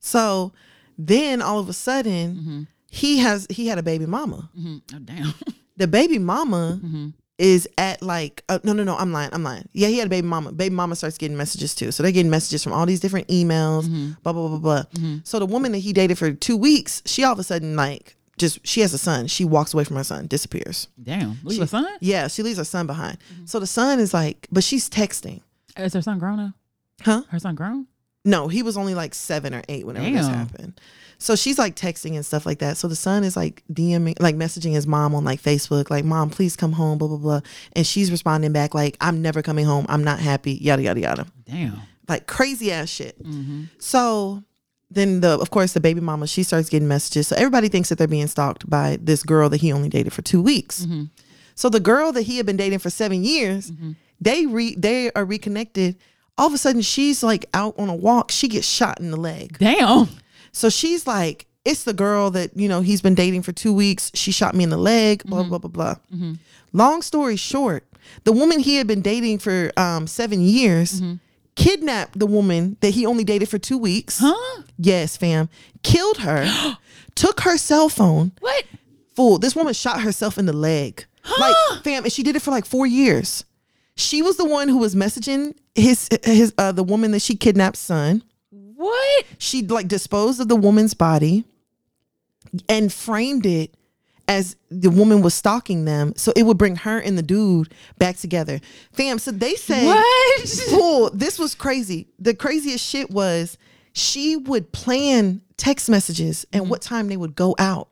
So then all of a sudden he has he had a baby mama.
mm-hmm. Oh damn.
The baby mama
Mhm.
is at like uh, no no no I'm lying I'm lying. Yeah he had a baby mama. Baby mama starts getting messages too. So they're getting messages from all these different emails. Blah blah blah blah. So the woman that he dated for two weeks, she all of a sudden like just she has a son. She walks away from her son, disappears.
Damn. Leave a son?
Yeah, she leaves her son behind. So the son is like, but she's texting.
Is her son grown now?
Huh?
Her son grown?
No, he was only like seven or eight whenever this
Damn.
happened. So she's like texting and stuff like that. So the son is like DMing, like messaging his mom on like Facebook, like, Mom, please come home, blah, blah, blah. And she's responding back, like, I'm never coming home. I'm not happy, yada, yada, yada.
Damn.
Like crazy ass shit.
Mm-hmm.
So then the of course the baby mama she starts getting messages. So everybody thinks that they're being stalked by this girl that he only dated for two weeks. So the girl that he had been dating for seven years, they re they are reconnected. All of a sudden she's like out on a walk. She gets shot in the leg.
Damn.
So she's like, it's the girl that, you know, he's been dating for two weeks. She shot me in the leg, blah, blah, blah, blah. Long story short, the woman he had been dating for um, seven years kidnapped the woman that he only dated for two weeks.
Huh?
Yes, fam. Killed her, took her cell phone.
What?
Fool, this woman shot herself in the leg. like, fam, and she did it for like four years. She was the one who was messaging his his uh the woman that she kidnapped son
What?
she like disposed of the woman's body and framed it as the woman was stalking them. So it would bring her and the dude back together. Fam, so they said
What?
Bull, this was crazy. The craziest shit was she would plan text messages and what time they would go out.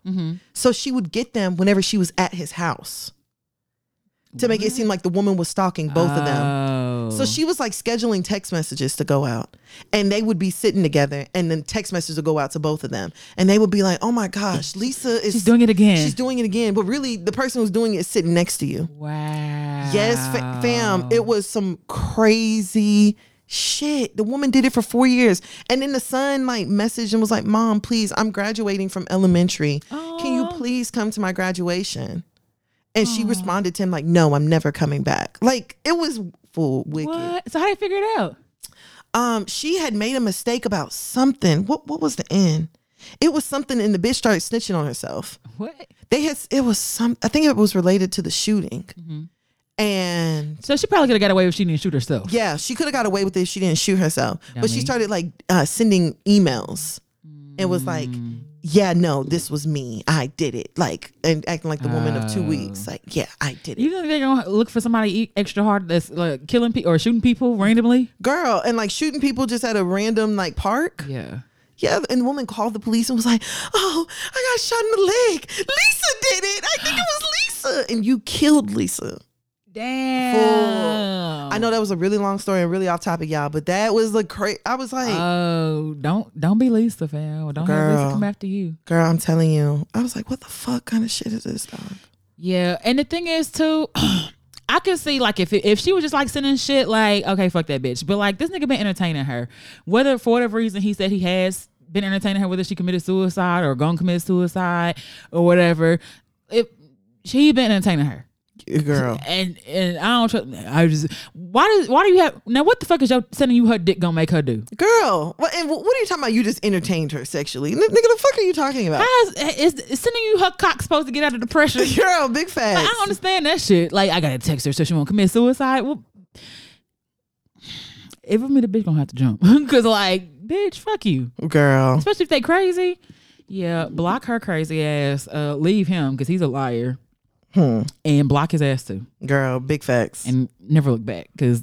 So she would get them whenever she was at his house to make it seem like the woman was stalking both of them.
Oh.
So she was like scheduling text messages to go out, and they would be sitting together, and then text messages would go out to both of them, and they would be like, "Oh my gosh, Lisa is
She's doing it again.
She's doing it again." But really, the person who's doing it is sitting next to you.
wow.
Yes, fa- fam, it was some crazy shit. The woman did it for four years, and then the son like messaged and was like, "Mom, please, I'm graduating from elementary. Can you
Aw.
please come to my graduation?" And she responded to him like, "No, I'm never coming back." Like it was full wicked.
What? So how did they figure it out?
um she had made a mistake about something what what was the end it was something and the bitch started snitching on herself
What?
they had it was some i think it was related to the shooting and
So she probably could have got away if she didn't shoot herself.
yeah she could have got away with it if she didn't shoot herself but she
Dummy.
started like uh, sending emails and was like yeah no this was me i did it like and acting like the woman of two weeks like yeah i did it
You think they're gonna look for somebody e- extra hard that's like killing people or shooting people randomly?
girl and like shooting people just at a random like park
Yeah.
Yeah, and the woman called the police and was like, "Oh, I got shot in the leg. Lisa did it. I think it was Lisa." And you killed Lisa.
Damn.
I
Oh.
know that was a really long story and really off topic, y'all, but that was the crazy. I was like,
Oh, don't don't be Lisa, fam. Don't have
Girl.
Lisa come after you.
"Girl, I'm telling you." I was like, "What the fuck kind of shit is this, dog?"
Yeah, and the thing is too, I could see like if it, if she was just like sending shit like okay fuck that bitch, but like this nigga been entertaining her, whether for whatever reason he said he has been entertaining her, whether she committed suicide or gonna commit suicide or whatever, it she been entertaining her.
Girl,
And and I don't trust. I just why does why do you have now? What the fuck is your sending you her dick gonna make her do?
girl. What? And what are you talking about? You just entertained her sexually, N- nigga. The fuck are you talking about,
How is, is, is sending you her cock supposed to get out of depression?
girl? Big
I
facts.
don't understand that shit. Like, I gotta text her so she won't commit suicide. Well, if I'm in a bitch, gonna have to jump because, like, bitch, fuck you.
Girl,
Especially if they crazy. Yeah, block her crazy ass. Uh, leave him because he's a liar,
Hmm.
and block his ass too,
girl, big facts.
and never look back because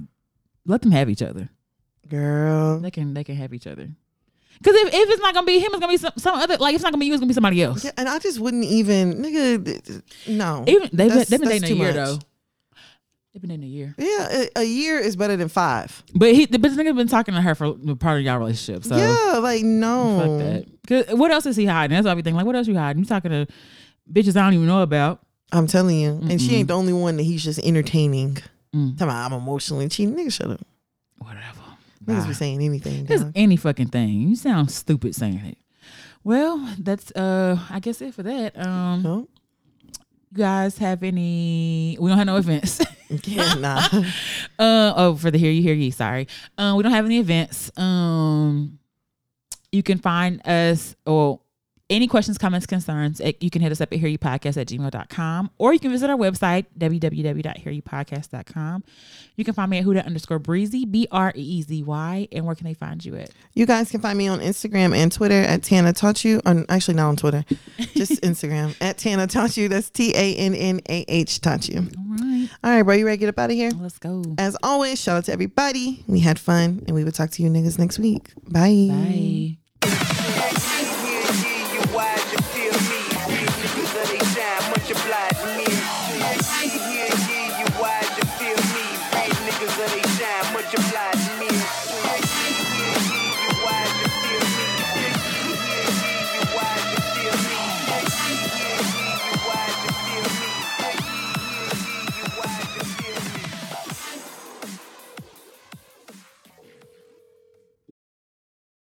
let them have each other.
girl,
They can they can have each other. Cause if, if it's not gonna be him, it's gonna be some, some other like it's not gonna be you, it's gonna be somebody else.
Yeah, and I just wouldn't even, nigga. th- th- No,
Even they've been,
That's-
they've been
that's
dating a
too
year
much.
though. They've been dating a year.
Yeah, a, a year is better than five.
But he, but this nigga been talking to her for part of y'all relationship. So
yeah, like no.
fuck that. 'Cause what else is he hiding? That's what I be thinking. Like, what else you hiding? You talking to bitches I don't even know about.
I'm telling you, and she ain't the only one that he's just entertaining.
Mm.
Talking about I'm emotionally cheating. Nigga, shut up.
Whatever.
Niggas
Nah.
be saying anything.
Just
dog.
any fucking thing. You sound stupid saying it. Well, that's uh, I guess it for that. Um,
No,
you guys have any? We don't have no events.
yeah, nah.
Uh, oh, for the Hear You Hear You, sorry. Um, we don't have any events. Um, you can find us or any questions, comments, concerns. eh, You can hit us up at hearyoupodcast at gmail.com or you can visit our website, www.hearyoupodcast.com. You can find me at Huda underscore breezy, B R E E Z Y. And where can they find you at?
You guys can find me on Instagram and Twitter at Tana Taught You. Or actually, not on Twitter, just Instagram at Tana Taught You. That's T A N N A H Taught You.
All right,
All right, bro, you ready to get up out of here?
let's go.
Um, As always, shout out to everybody. We had fun, and we will talk to you niggas next week. Bye.
Bye.